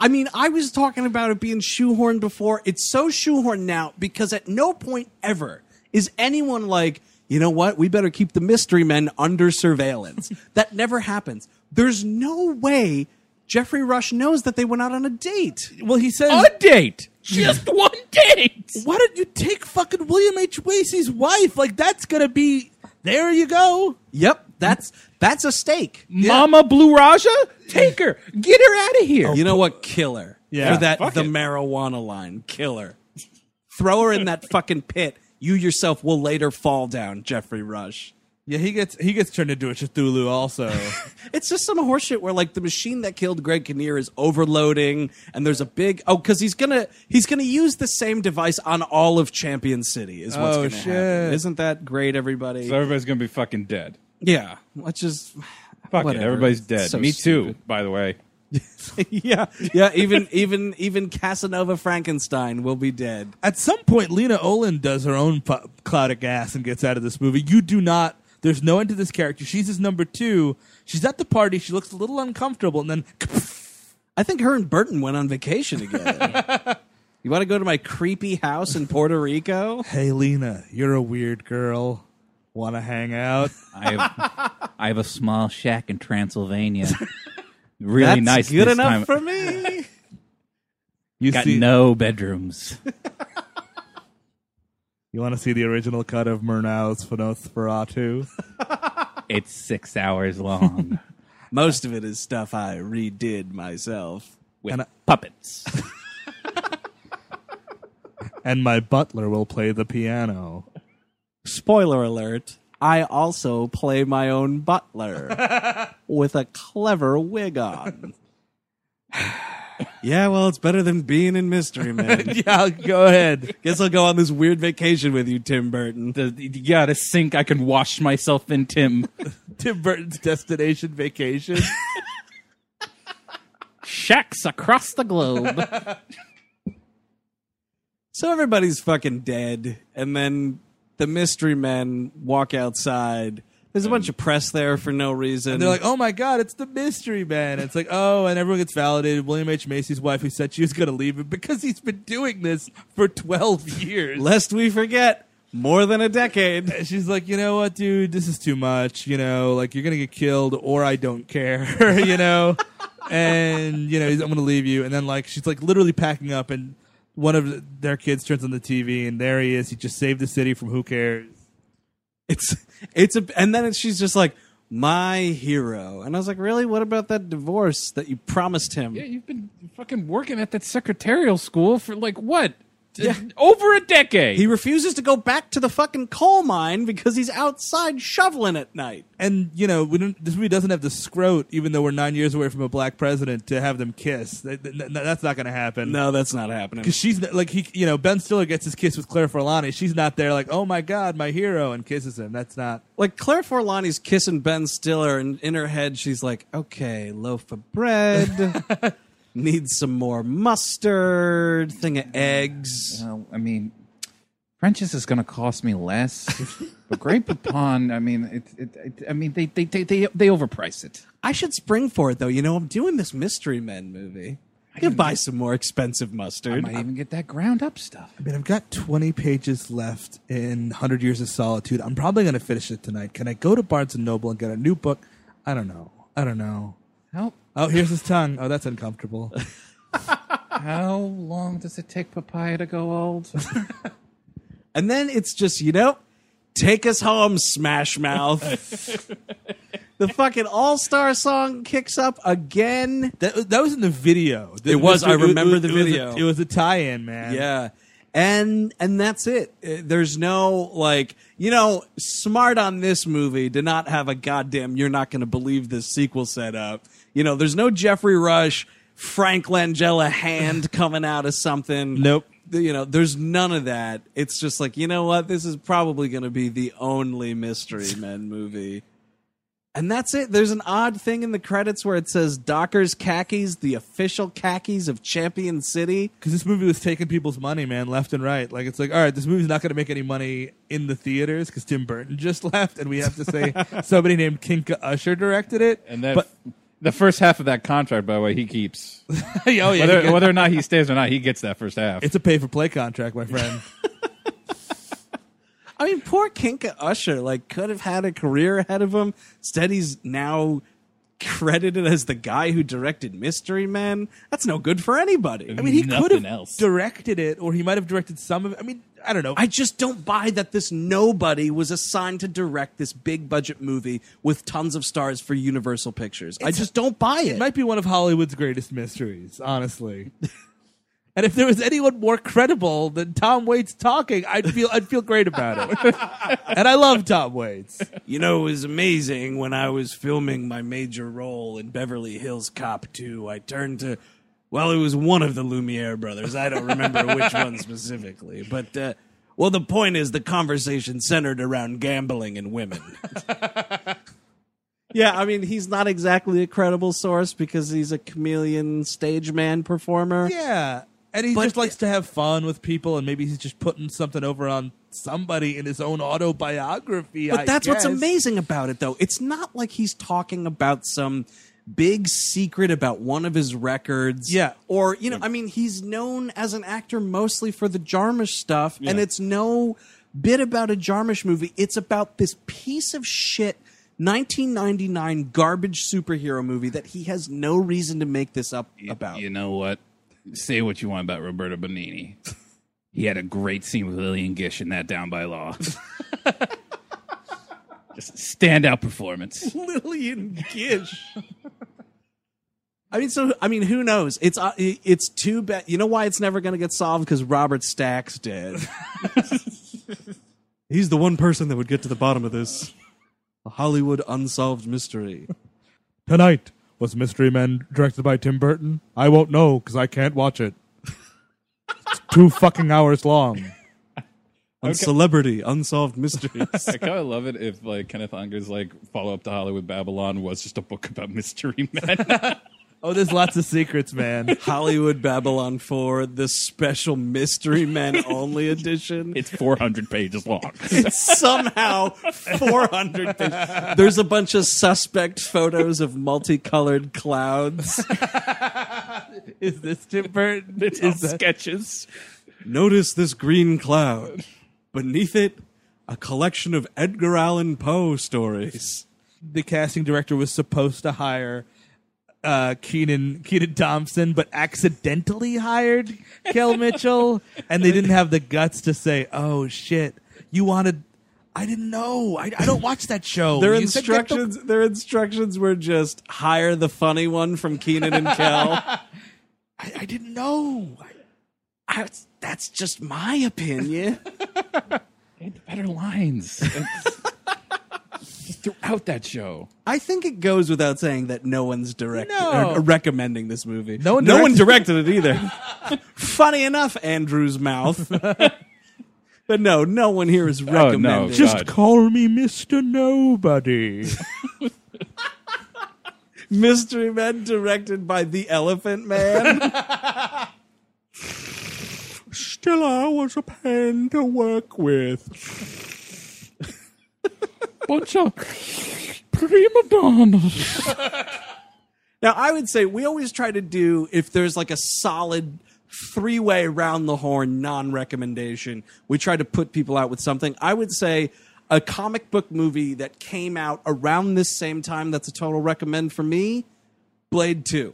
S1: I mean, I was talking about it being shoehorned before. It's so shoehorned now because at no point ever is anyone like, you know what? We better keep the mystery men under surveillance. that never happens. There's no way Jeffrey Rush knows that they went out on a date.
S2: well, he says
S3: a date. Just one date.
S2: why don't you take fucking William H. Macy's wife? Like that's gonna be there you go.
S1: Yep, that's that's a stake.
S3: Mama Blue Raja, take her. Get her out of here.
S1: You know what? Killer.
S2: Yeah,
S1: For that
S3: fuck
S1: the
S3: it.
S1: marijuana line. Killer. Throw her in that fucking pit. You yourself will later fall down, Jeffrey Rush.
S2: Yeah, he gets he gets turned into a Cthulhu also.
S1: It's just some horseshit where like the machine that killed Greg Kinnear is overloading, and there's a big oh because he's gonna he's gonna use the same device on all of Champion City is what's
S2: Oh,
S1: gonna happen.
S2: shit.
S1: Isn't that great, everybody?
S3: So everybody's going to be fucking dead.
S1: yeah, let's just
S3: Fuck
S1: whatever.
S3: it. Everybody's
S1: It's
S3: dead.
S1: so
S3: Me
S1: stupid.
S3: too, by the way.
S1: yeah, yeah. Even even even Casanova Frankenstein will be dead.
S2: At some point, Lena Olin does her own pu- cloud of gas and gets out of this movie. You do not. There's no end to this character. She's his number two. She's at the party. She looks a little uncomfortable, and then
S1: I think her and Burton went on vacation together. You want to go to my creepy house in Puerto Rico?
S2: Hey, Lena, you're a weird girl. Want to hang out?
S5: I have, I have a small shack in Transylvania. Really
S1: That's
S5: nice.
S1: good
S5: this
S1: enough
S5: time.
S1: for me.
S2: You
S5: Got
S2: see,
S5: no bedrooms.
S2: you want to see the original cut of Murnau's Nosferatu?
S5: It's six hours long
S1: Most of it is stuff I redid myself.
S5: with
S2: And I-
S5: puppets.
S2: and my butler will play the piano.
S1: Spoiler alert, I also play my own butler with a clever wig on. yeah, well, it's better than being in Mystery Man.
S2: Yeah, go ahead.
S1: Guess I'll go on this weird vacation with you, Tim Burton.
S5: The- you got a sink I can wash myself in, Tim.
S2: Tim Burton's destination vacation.
S5: Shacks across the globe.
S1: So everybody's fucking dead, and then the mystery men walk outside. There's a bunch of press there for no reason.
S2: And they're like, oh my God, it's the mystery man. It's like, oh, and everyone gets validated. William H. Macy's wife, who said she was going to leave him because he's been doing this for 12 years.
S1: lest we forget, more than a decade.
S2: And she's like, you know what, dude, this is too much. You know, like you're gonna get killed, or I don't care. you know, and you know he's- I'm gonna leave you. And then like she's like literally packing up, and one of their kids turns on the TV, and there he is. He just saved the city from who cares.
S1: It's it's a and then it's, she's just like my hero, and I was like, really? What about that divorce that you promised him?
S3: Yeah,
S1: Yeah,
S3: you've been fucking working at that secretarial school for like what?
S5: Over a decade.
S1: He refuses to go back to the fucking coal mine because he's outside shoveling at night.
S2: And you know, we don't, this movie doesn't have the scrote, even though we're nine years away from a black president to have them kiss. That- that- That's not gonna happen.
S1: No, that's not happening.
S2: Because she's not- like he, you know, Ben Stiller gets his kiss with Claire Forlani. She's not there, like, oh my god, my hero, and kisses him. That's not.
S1: like Claire Forlani's kissing Ben Stiller, and in her head she's like, "Okay, loaf of bread, needs some more mustard, thing of eggs."
S3: Well,
S5: I mean, French's is going to cost me less. but Great Poupon, I mean, it, it, it, I mean, they, they, they, they, they overprice it.
S1: I should spring for it though. You know, I'm doing this Mystery Men movie. I can buy some more expensive
S5: I
S1: mustard.
S5: might even get that ground up stuff.
S2: I mean, I've got 20 pages left in 100 Years of Solitude. I'm probably going to finish it tonight. Can I go to Barnes & Noble and get a new book? I don't know. I don't know.
S5: How,
S2: Oh, here's his tongue. Oh, that's uncomfortable.
S5: how long does it take papaya to go old?
S1: And then it's just, you know, take us home, Smash Mouth. the fucking All Star song kicks up again.
S2: that, that was in the video. It
S1: was. I remember the video.
S2: It was, a, it was a tie-in, man.
S1: Yeah. And and that's it. Uh, There's no like, you know, smart on this movie to not have a goddamn you're not going to believe this sequel set up. You know, there's no Jeffrey Rush, Frank Langella hand coming out of something.
S2: Nope.
S1: The- You know, there's none of that. It's just like, you know what? This is probably going to be the only Mystery Men movie. And that's it. There's an odd thing in the credits where it says Docker's khakis, the official khakis of Champion City.
S2: Because this movie was taking people's money, man, left and right. Like, it's like, all right, this movie's not going to make any money in the theaters because Tim Burton just left, and we have to say somebody named Kinka Usher directed it.
S3: And that
S2: But,
S3: the first half of that contract, by the way, he keeps.
S2: oh, yeah. he
S3: Whether,
S2: got-
S3: whether or not he stays or not, he gets that first half.
S2: it's a pay-for-play contract, my friend.
S1: I mean, poor Kinka Usher, like, could have had a career ahead of him. Instead, he's now credited as the guy who directed Mystery Men. That's no good for anybody. I
S2: I
S1: mean,
S2: mean, he
S3: Nothing
S2: could have
S3: else.
S2: directed it, or he might have directed some of it. I mean, I don't know.
S1: I just don't buy that this nobody was assigned to direct this big budget movie with tons of stars for Universal Pictures. I just don't buy it.
S2: it might be one of Hollywood's greatest mysteries, honestly. and if there was anyone more credible than Tom Waits talking, I'd feel I'd feel great about it. and I love Tom Waits.
S1: You know, it was amazing when I was filming my major role in Beverly Hills Cop 2. I turned to, well, it was one of the Lumiere brothers. I don't remember which one specifically. But, uh, well, the point is the conversation centered around gambling and women. yeah, I mean, he's not exactly a credible source because he's a chameleon stage man performer.
S2: Yeah. And he
S1: But-
S2: just likes to have fun with people, and maybe he's just putting something over on somebody in his own autobiography.
S1: But
S2: I
S1: that's what's
S2: guess.
S1: amazing about it, though. It's not like he's talking about some big secret about one of his records.
S2: Yeah.
S1: Or, you know, I mean, he's known as an actor mostly for the Jarmusch stuff, and it's no bit about a Jarmusch movie. It's about this piece of shit 1999 garbage superhero movie that he has no reason to make this up about.
S3: You know what? Say what you want about Roberto Benini. he had a great scene with Lillian Gish in that Down by Law. Just standout performance.
S1: Lillian Gish. I mean, so I mean, who knows? It's uh, it- it's too bad. You know why it's never going to get solved? Because Robert Stack's dead. He's the one person that would get to the bottom of this A Hollywood unsolved mystery.
S2: Tonight was Mystery Men directed by Tim Burton. I won't know because I can't watch it. It's two fucking hours long.
S1: On celebrity unsolved mysteries.
S3: I kind of love it if like Kenneth Anger's like follow up to Hollywood Babylon was just a book about mystery men.
S2: Oh, there's lots of secrets, man.
S1: Hollywood Babylon 4, the special Mystery Men only edition.
S3: it's 400 pages long.
S1: somehow 400 pages. There's a bunch of suspect photos of multicolored clouds.
S2: Is this Tim Burton?
S3: It's all sketches.
S1: Notice this green cloud. Beneath it, a collection of Edgar Allan Poe stories.
S2: the casting director was supposed to hire uh, Keenan Keenan Thompson, but accidentally hired Kel Mitchell, and they didn't have the guts to say, "Oh shit, you wanted." I didn't know. I, I don't watch that show.
S1: Their
S2: You said get the-
S1: instructions their instructions were just hire the funny one from Keenan and Kel.
S2: I, I didn't know.
S1: I- that's just my opinion.
S3: Better lines. just throughout that show.
S1: I think it goes without saying that no one's directing
S2: No.
S1: or recommending this movie.
S2: No one
S1: no one directed it either. Funny enough, Andrew's mouth. but no, no one here is
S2: Oh,
S1: recommending.
S3: Just
S2: call me Mr. Nobody.
S1: Mystery Men directed by the Elephant Man.
S4: Still, I was a pain to work with.
S5: Bunch of prima donnas.
S1: now, I would say we always try to do if there's like a solid three way round the horn non recommendation, we try to put people out with something. I would say a comic book movie that came out around this same time that's a total recommend for me Blade 2.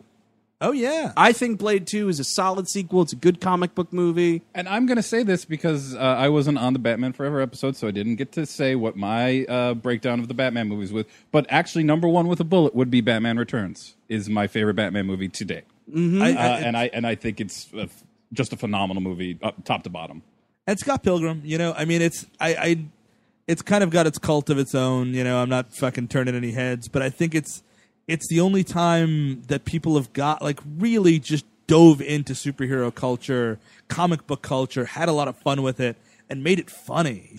S2: oh yeah.
S1: I think Blade 2 is a solid sequel. It's a good comic book movie.
S3: And I'm going to say this because uh, I wasn't on the Batman Forever episode, so I didn't get to say what my uh, breakdown of the Batman movies was. But actually, number one with a bullet would be Batman Returns. Is my favorite Batman movie to date, uh,
S2: I- I-
S3: and I and I think it's a f just a phenomenal movie, uh, top to bottom.
S2: and Scott Pilgrim, you know, I mean, it's I, I, it's kind of got its cult of its own. You know, I'm not fucking turning any heads, but I think it's it's the only time that people have got like really just dove into superhero culture, comic book culture, had a lot of fun with it, and made it funny.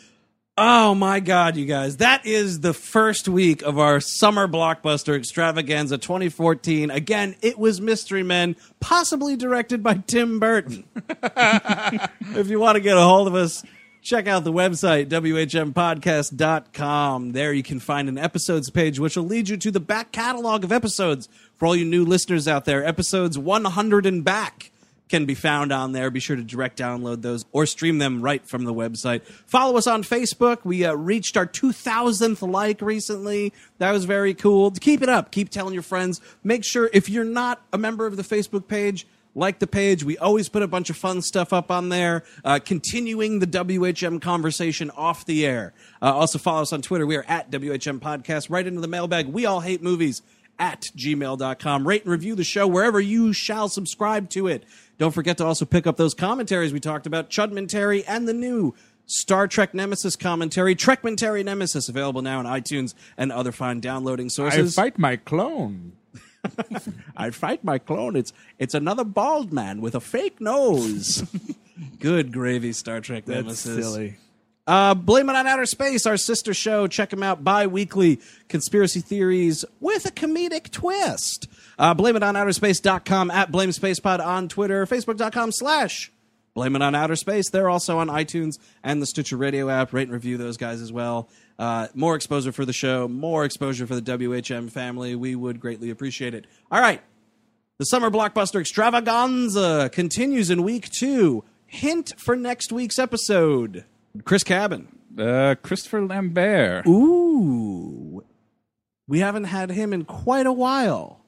S1: Oh my God, you guys. That is the first week of our summer blockbuster extravaganza 2014. Again, it was Mystery Men, possibly directed by Tim Burton. if you want to get a hold of us, check out the website, whmpodcast.com. There you can find an episodes page, which will lead you to the back catalog of episodes. For all you new listeners out there, episodes 100 and back can be found on there. Be sure to direct download those or stream them right from the website. Follow us on Facebook. We uh, reached our 2000th like recently. That was very cool. Keep it up. Keep telling your friends. Make sure if you're not a member of the Facebook page, like the page. We always put a bunch of fun stuff up on there, uh, continuing the WHM conversation off the air. Uh, also, follow us on Twitter. We are at WHM Podcast, right into the mailbag. We all hate movies at gmail.com. Rate and review the show wherever you shall subscribe to it. Don't forget to also pick up those commentaries we talked about, Chudman Terry and the new Star Trek Nemesis commentary, Trekman Terry Nemesis, available now on iTunes and other fine downloading sources.
S2: my clone.
S1: I fight my clone. It's it's another bald man with a fake nose. Good gravy, Star Trek
S2: That's
S1: Nemesis.
S2: silly.
S1: Uh, Blame It on Outer Space, our sister show. Check them out bi weekly. Conspiracy theories with a comedic twist. Uh, blame it on outerspace.com at Blame Space Pod on Twitter, Facebook.com slash Blame It on Outer Space. They're also on iTunes and the Stitcher Radio app. Rate and review those guys as well. Uh, more exposure for the show, more exposure for the WHM family. We would greatly appreciate it. All right. The summer blockbuster extravaganza continues in week two. Hint for next week's episode Chris Cabin.
S3: Uh, Christopher Lambert.
S1: Ooh. We haven't had him in quite a while.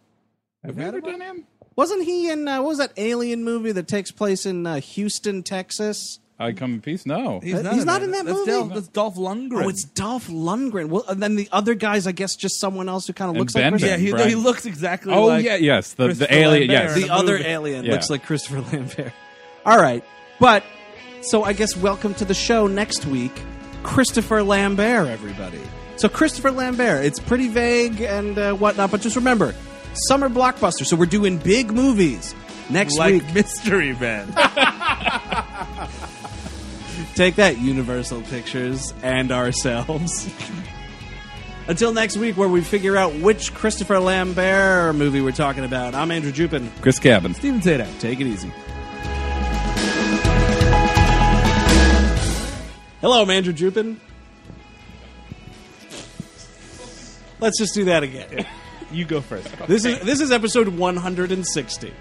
S3: Have we ever done him?
S1: Wasn't he in, uh, what was that alien movie that takes place in uh, Houston, Texas?
S3: I come in peace. No,
S1: Uh, he's not in that
S2: that's
S1: movie?
S2: Dolph, that's Dolph Lundgren.
S1: Oh, it's Dolph Lundgren. Well, and then the other guy's, I guess, just someone else who kind of
S3: And
S1: looks
S3: Ben
S1: like Chris.
S2: yeah, he,
S3: Brian.
S2: he looks exactly.
S3: Oh,
S2: like
S3: yeah, yes, the- the
S2: Christopher
S3: alien,
S2: Lambert
S3: yes.
S2: in
S1: the other
S2: movie.
S1: alien
S3: Yeah.
S1: looks like Christopher Lambert. All right, but so I guess welcome to the show next week, Christopher Lambert, everybody. So Christopher Lambert, it's pretty vague and uh, whatnot, but just remember, summer blockbuster. So we're doing big movies next
S2: like
S1: week.
S2: Mystery Man.
S1: Take that, Universal Pictures and ourselves. Until next week, where we figure out which Christopher Lambert movie we're talking about. I'm Andrew Jupin.
S3: Chris Cabin.
S1: Steven Zadak. Take it easy. Hello, I'm Andrew Jupin. Let's just do that again.
S2: you go first.
S1: This is this is episode 160.